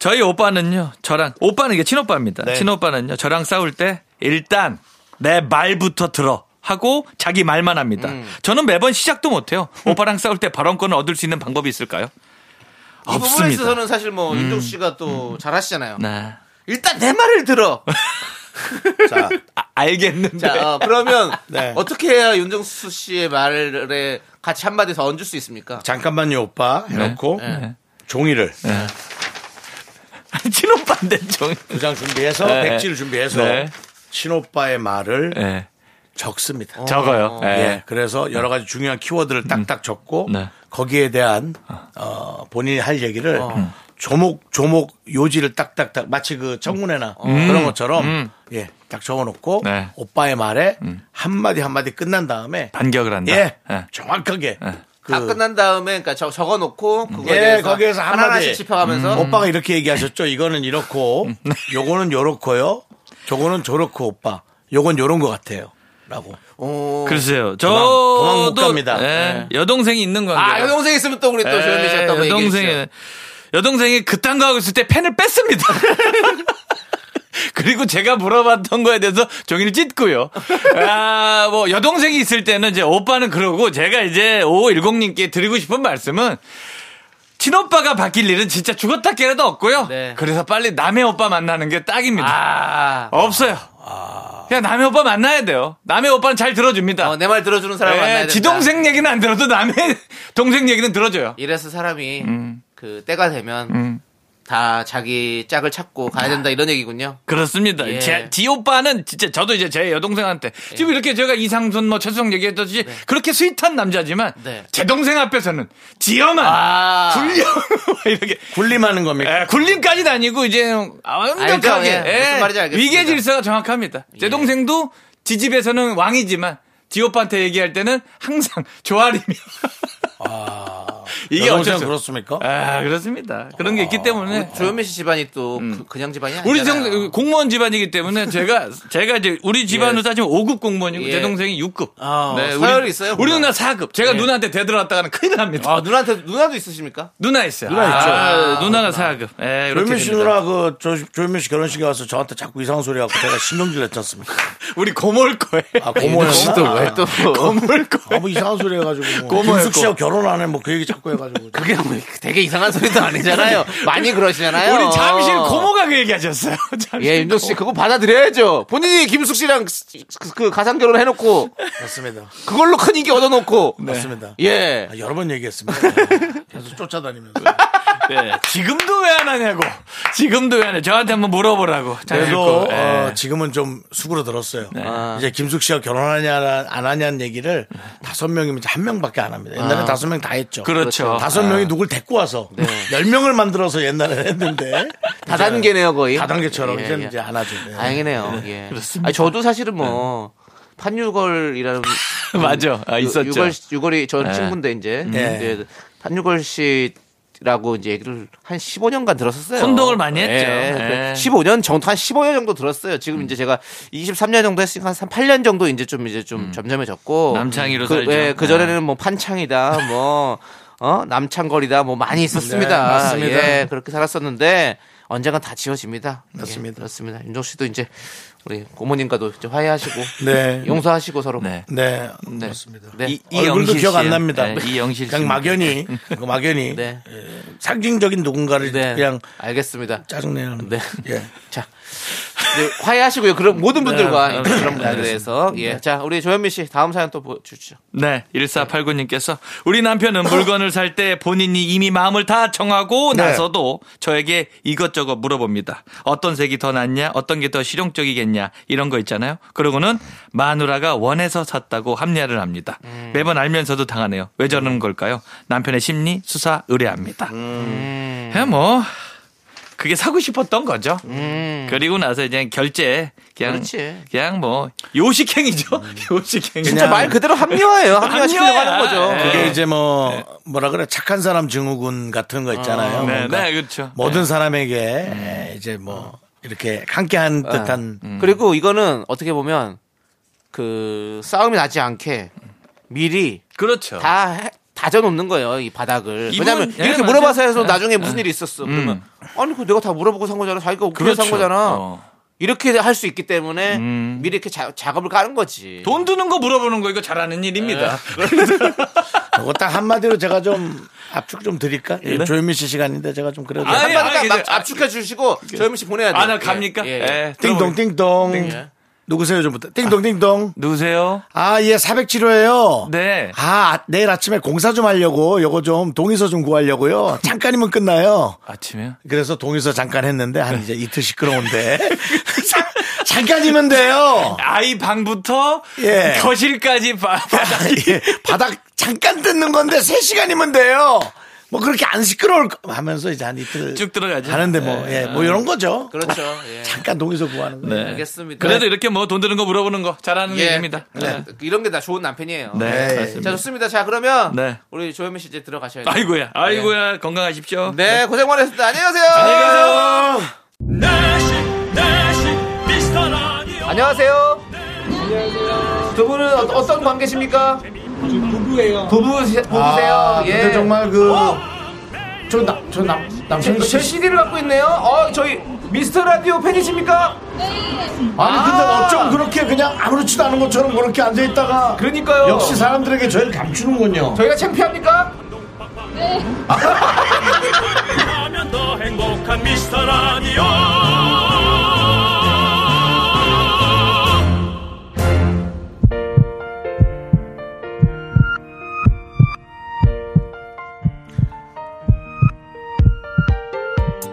S7: 저희 오빠는요, 저랑, 오빠는 이게 친오빠입니다. 친오빠는요, 저랑 싸울 때, 일단, 내 말부터 들어. 하고, 자기 말만 합니다. 저는 매번 시작도 못해요. 오빠랑 싸울 때 발언권을 얻을 수 있는 방법이 있을까요?
S3: 이 부분에
S7: 없습니다. 음.
S3: 있어서는 사실 뭐 윤종 씨가 또 잘하시잖아요.
S7: 네.
S3: 일단 내 말을 들어.
S2: 자
S7: 아, 알겠는데.
S3: 자, 어, 그러면
S2: 네.
S3: 어떻게 해야 윤정수 씨의 말에 같이 한마디 더 얹을 수 있습니까?
S2: 잠깐만요 오빠 해놓고
S7: 네. 네.
S2: 종이를
S7: 친오빠인데, 정
S2: 두 장 준비해서
S7: 네.
S2: 백지를 준비해서
S7: 네.
S2: 친오빠의 말을
S7: 예.
S2: 적습니다.
S7: 적어요. 예.
S2: 예, 그래서 여러 가지 중요한 키워드를 딱딱 적고
S7: 네.
S2: 거기에 대한 어, 본인이 할 얘기를 조목 조목 요지를 딱딱딱 마치 그 청문회나 그런 것처럼 예, 딱 적어놓고
S7: 네.
S2: 오빠의 말에 한 마디 한 마디 끝난 다음에
S7: 반격을 한다.
S2: 예,
S7: 예.
S2: 정확하게 그
S3: 다 끝난 다음에 그러니까 적, 어놓고 그거에
S2: 예,
S3: 대해서
S2: 거기에서 한마디.
S3: 하나하나씩
S7: 음,
S3: 짚어가면서
S2: 오빠가 이렇게 얘기하셨죠. 이거는 이렇고 요거는 요렇고요. 저거는 저렇고 오빠. 요건 요런 것 같아요. 라고. 어,
S3: 오.
S7: 글쎄요.
S2: 도망 못
S7: 저도
S2: 갑니다.
S7: 예, 여동생이 있는 관계. 예,
S3: 아, 여동생 있으면 또 우리 또 조현미 씨가 또 얘기해 주죠.
S7: 여동생이 여동생이 그딴 거 하고 있을 때 펜을 뺐습니다. 그리고 제가 물어봤던 거에 대해서 종이를 찢고요. 아, 뭐, 여동생이 있을 때는 이제 오빠는 그러고 제가 이제 510님께 드리고 싶은 말씀은 친오빠가 바뀔 일은 진짜 죽었다 깨라도 없고요.
S3: 네.
S7: 그래서 빨리 남의 오빠 만나는 게 딱입니다.
S3: 아.
S7: 없어요. 그냥 남의 오빠 만나야 돼요. 남의 오빠는 잘 들어줍니다.
S3: 내 말 아. 들어주는 사람
S7: 예,
S3: 만나야 된다.
S7: 지동생 얘기는 안 들어도 남의 동생 얘기는 들어줘요.
S3: 이래서 사람이
S7: 음.
S3: 그 때가 되면 다 자기 짝을 찾고 가야 된다 이런 얘기군요.
S7: 아, 그렇습니다.
S3: 예.
S7: 제, 지 오빠는 진짜 저도 이제 제 여동생한테 지금 이렇게 제가 이상순 뭐 최수정 얘기했듯이 그렇게 스윗한 남자지만
S3: 네.
S7: 제 동생 앞에서는 지엄한
S3: 아.
S7: 굴려 이렇게
S2: 군림하는 겁니까?
S7: 에, 예, 굴림까지는 아니고 이제 완벽하게
S3: 알죠? 예. 무슨 말인지 알겠습니다. 예.
S7: 위계 질서가 정확합니다. 제 동생도 지집에서는 왕이지만 지 오빠한테 얘기할 때는 항상 조아림이 이게
S2: 아. 여동생
S7: 어쩔 수
S2: 그렇습니까? 아, 어,
S7: 아 그렇습니다. 그런 게 있기 때문에
S3: 조현미 씨 집안이 또 그, 냥 집안이 아니잖아요.
S7: 네. 음. 우리 그, 정, 공무원 집안이기 때문에 제가 제가 이제 우리 집안으로 따지면 5급 공무원이고
S3: 예.
S7: 제 동생이 6급.
S3: 아, 서열이
S7: 네, 우리,
S3: 있어요,
S7: 우리
S3: 보면. 예.
S7: 누나 4급. 제가 누나한테 대들어왔다가는 큰일 납니다.
S3: 아, 누나한테 누나도 있으십니까?
S7: 누나 있어요.
S2: 누나 있죠.
S7: 아, 누나가 4급. 예, 이렇게
S2: 조현민 씨
S7: 됩니다.
S2: 누나 그 조, 조현민 씨 결혼식에 와서 저한테 자꾸 이상한 소리 하고 제가 신경질 냈지 않습니까?
S7: 우리 고모일 거예요.
S2: 아, 고모였나?
S3: 또
S7: 고모일 거.
S2: 아, 뭐 이상한 소리 해가지고. 뭐.
S7: 꼬마였고.
S2: 김숙 씨하고 결혼 안 해. 뭐 그 얘기 자꾸 해가지고.
S3: 그게 뭐 되게 이상한 소리도 아니잖아요. 많이 그러시잖아요.
S7: 우리 잠실 고모가 그 얘기하셨어요. 잠실
S3: 어. 예, 윤종 씨 그거 받아들여야죠. 본인이 김숙 씨랑 그, 그 가상 결혼 해놓고
S2: 맞습니다.
S3: 그걸로 큰 인기 얻어놓고
S2: 네. 맞습니다.
S3: 예.
S2: 아, 여러 번 얘기했습니다. 계속 쫓아다니면서.
S7: 예, 지금도 왜 안 하냐고. 지금도 왜 안 해. 저한테 한번 물어보라고. 잠실
S2: 그래도
S7: 거. 예.
S2: 어, 지금은 좀 수그러들었어요. 아. 이제 김숙 씨가 결혼하냐 안 하냐는 얘기를 다섯 명이면 이제 한 명밖에 안 합니다. 옛날에 다섯 명 다 했죠.
S7: 그렇죠.
S2: 다섯 명이 누굴 데리고 와서 열 명을 만들어서 옛날에 했는데
S3: 다단계네요 거의.
S2: 다단계처럼
S3: 예,
S2: 이제는
S3: 예.
S2: 이제 안 하죠. 네.
S3: 다행이네요. 예. 그렇습니다. 아니, 저도 사실은 뭐 판유걸이라는
S7: 맞아. 아, 있었죠.
S3: 유걸 유걸이 전
S7: 예.
S3: 친구인데 이제
S2: 예.
S3: 이제 판유걸 씨라고 이제 얘기를 한 15년간 들었었어요. 그
S7: 혼동을 많이 했죠. 예.
S3: 15년 정도 한 15년 정도 들었어요. 지금 이제 제가 23년 정도 했으니까 한 8년 정도 이제 좀 이제 좀 점점해졌고
S7: 음. 남창희로
S3: 그,
S7: 살죠. 네.
S3: 예, 그 전에는 뭐 판창이다 뭐 어? 남창거리다 뭐 많이 있었습니다.
S2: 네, 맞습니다.
S3: 예, 그렇게 살았었는데 언젠간 다 지워집니다.
S2: 맞습니다.
S3: 예, 그렇습니다. 윤종 씨도 이제 우리 고모님과도 이제 화해하시고
S2: 네.
S3: 용서하시고 서로
S7: 네.
S2: 네. 그렇습니다.
S3: 네.
S7: 이, 이
S2: 얼굴도
S7: 영실
S2: 기억 안
S7: 씨예요.
S2: 납니다.
S7: 예, 이 영실 씨.
S2: 그냥 막연히 그 막연히
S3: 네.
S2: 예, 상징적인 누군가를
S3: 네.
S2: 그냥
S3: 알겠습니다.
S2: 짜증내는
S3: 네.
S2: 예.
S3: 자. 이제 화해하시고요. 그런
S7: 네,
S3: 모든 분들과 그런 분들에 대해서 예. 자, 우리 조현미 씨 다음 사연 또 보- 주시죠.
S7: 네, 1489님께서 우리 남편은 물건을 살 때 본인이 이미 마음을 다 정하고
S3: 네.
S7: 나서도 저에게 이것저것 물어봅니다. 어떤 색이 더 낫냐? 어떤 게 더 실용적이겠냐? 이런 거 있잖아요. 그러고는 마누라가 원해서 샀다고 합리화를 합니다.
S3: 음.
S7: 매번 알면서도 당하네요. 왜 저러는 걸까요? 남편의 심리 수사 의뢰합니다.
S3: 음.
S7: 예, 뭐 그게 사고 싶었던 거죠. 그리고 나서 이제 결제 그냥
S3: 음. 그렇지.
S7: 그냥 뭐 요식행이죠. 요식행.
S3: 진짜 말 그대로 합리화예요. 합리화시키려고
S7: 합리화야.
S3: 하는 거죠.
S7: 예.
S2: 그게 이제 뭐 뭐라 그래 착한 사람 증후군 같은 거 있잖아요.
S7: 네,
S2: 뭔가
S7: 네, 음. 그렇죠.
S2: 모든 사람에게
S7: 어.
S2: 이제 뭐 이렇게 함께한 듯한
S7: 음.
S3: 그리고 이거는 어떻게 보면 그 싸움이 나지 않게 미리
S7: 그렇죠.
S3: 다 해- 다져놓는 거예요 이 바닥을
S7: 이분-
S3: 왜냐면
S7: 예,
S3: 이렇게
S7: 맞아요.
S3: 물어봐서 해서
S7: 예.
S3: 나중에 무슨 일이 있었어 그러면 아니 그 내가 다 물어보고 산 거잖아 자기가 웃겨서 산
S7: 그렇죠.
S3: 거잖아
S7: 어. 음.
S3: 이렇게 할 수 있기 때문에 미리 이렇게 자- 작업을 까는 거지
S7: 돈 드는 거 물어보는 거 이거 잘하는 일입니다.
S2: 뭐, 그거 딱 한마디로 제가 좀 압축 좀 드릴까? 예, 조현민 씨 시간인데 제가 좀 그래도.
S7: 네. 아니,
S3: 한마디
S7: 아니,
S3: 딱
S7: 이제-
S3: 압축해 주시고 조현민 씨 보내야 돼요
S7: 아, 나 갑니까?
S3: 예,
S7: 예,
S3: 예, 예.
S2: 띵동, 띵동.
S7: 네.
S2: 누구세요, 좀부터? 띵동, 띵동.
S7: 누구세요?
S2: 아, 예, 407호예요
S7: 네.
S2: 아, 아, 내일 아침에 공사 좀 하려고, 요거 좀 동의서 좀 구하려고요. 잠깐이면 끝나요.
S7: 아침에요?
S2: 그래서 동의서 잠깐 했는데, 한 이제 이틀 시끄러운데. 잠- 잠깐이면 돼요.
S7: 아이 방부터
S2: 예.
S7: 거실까지 봐. 네.
S2: 예, 바닥 잠깐 듣는 건데, 3시간이면 돼요. 뭐 그렇게 안 시끄러울 거- 하면서 이제 한 이틀.
S7: 쭉 들어가죠.
S2: 하는데 뭐, 예, 뭐 이런 거죠.
S3: 그렇죠 예.
S2: 잠깐 동의서 구하는 거예요.
S7: 네.
S3: 알겠습니다.
S7: 그래도 이렇게 뭐 돈 드는 거 물어보는 거 잘하는
S3: 예.
S7: 일입니다.
S3: 네. 이런 게 다 좋은 남편이에요 예.
S7: 네.
S2: 네.
S7: 그렇습니다.
S3: 자 좋습니다 자 그러면
S7: 네.
S3: 우리 조현민 씨 이제 들어가셔야 돼요
S7: 아이고야, 아이고야, 건강하십시오.
S3: 네 고생 많으셨습니다 안녕하세요
S9: 내시 내시 미스터 라디오
S3: 안녕하세요. 두 분은 어, 어떤 관계십니까? 부부예요. 부부 부부세요.
S2: 아,
S3: 예.
S2: 근데 정말 그,
S3: 어,
S2: 저남저남
S3: 제,
S2: 남성
S3: 제 CD를 갖고 있네요. 어, 저희 미스터 라디오 팬이십니까?
S2: 아니 근데
S3: 아!
S2: 어쩜 그렇게 그냥 아무렇지도 않은 것처럼 그렇게 앉아 있다가
S3: 그러니까요.
S2: 역시 사람들에게 저희를 감추는군요.
S3: 저희가 창피합니까?
S9: 하면 더 행복한 미스터 라디오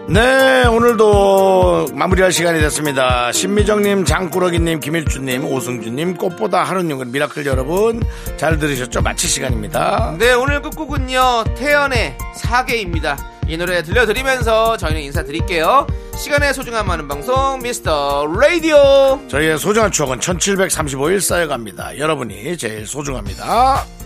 S2: 네 오늘도 마무리할 시간이 됐습니다. 신미정님, 장꾸러기님, 김일주님, 오승주님, 꽃보다 하루님, 미라클 여러분 잘 들으셨죠? 마칠 시간입니다.
S3: 네, 오늘 끝곡은요. 태연의 사계입니다. 이 노래 들려드리면서 저희는 인사드릴게요. 시간의 소중함 많은 방송 미스터 라디오.
S2: 저희의 소중한 추억은 1735일 쌓여갑니다. 여러분이 제일 소중합니다.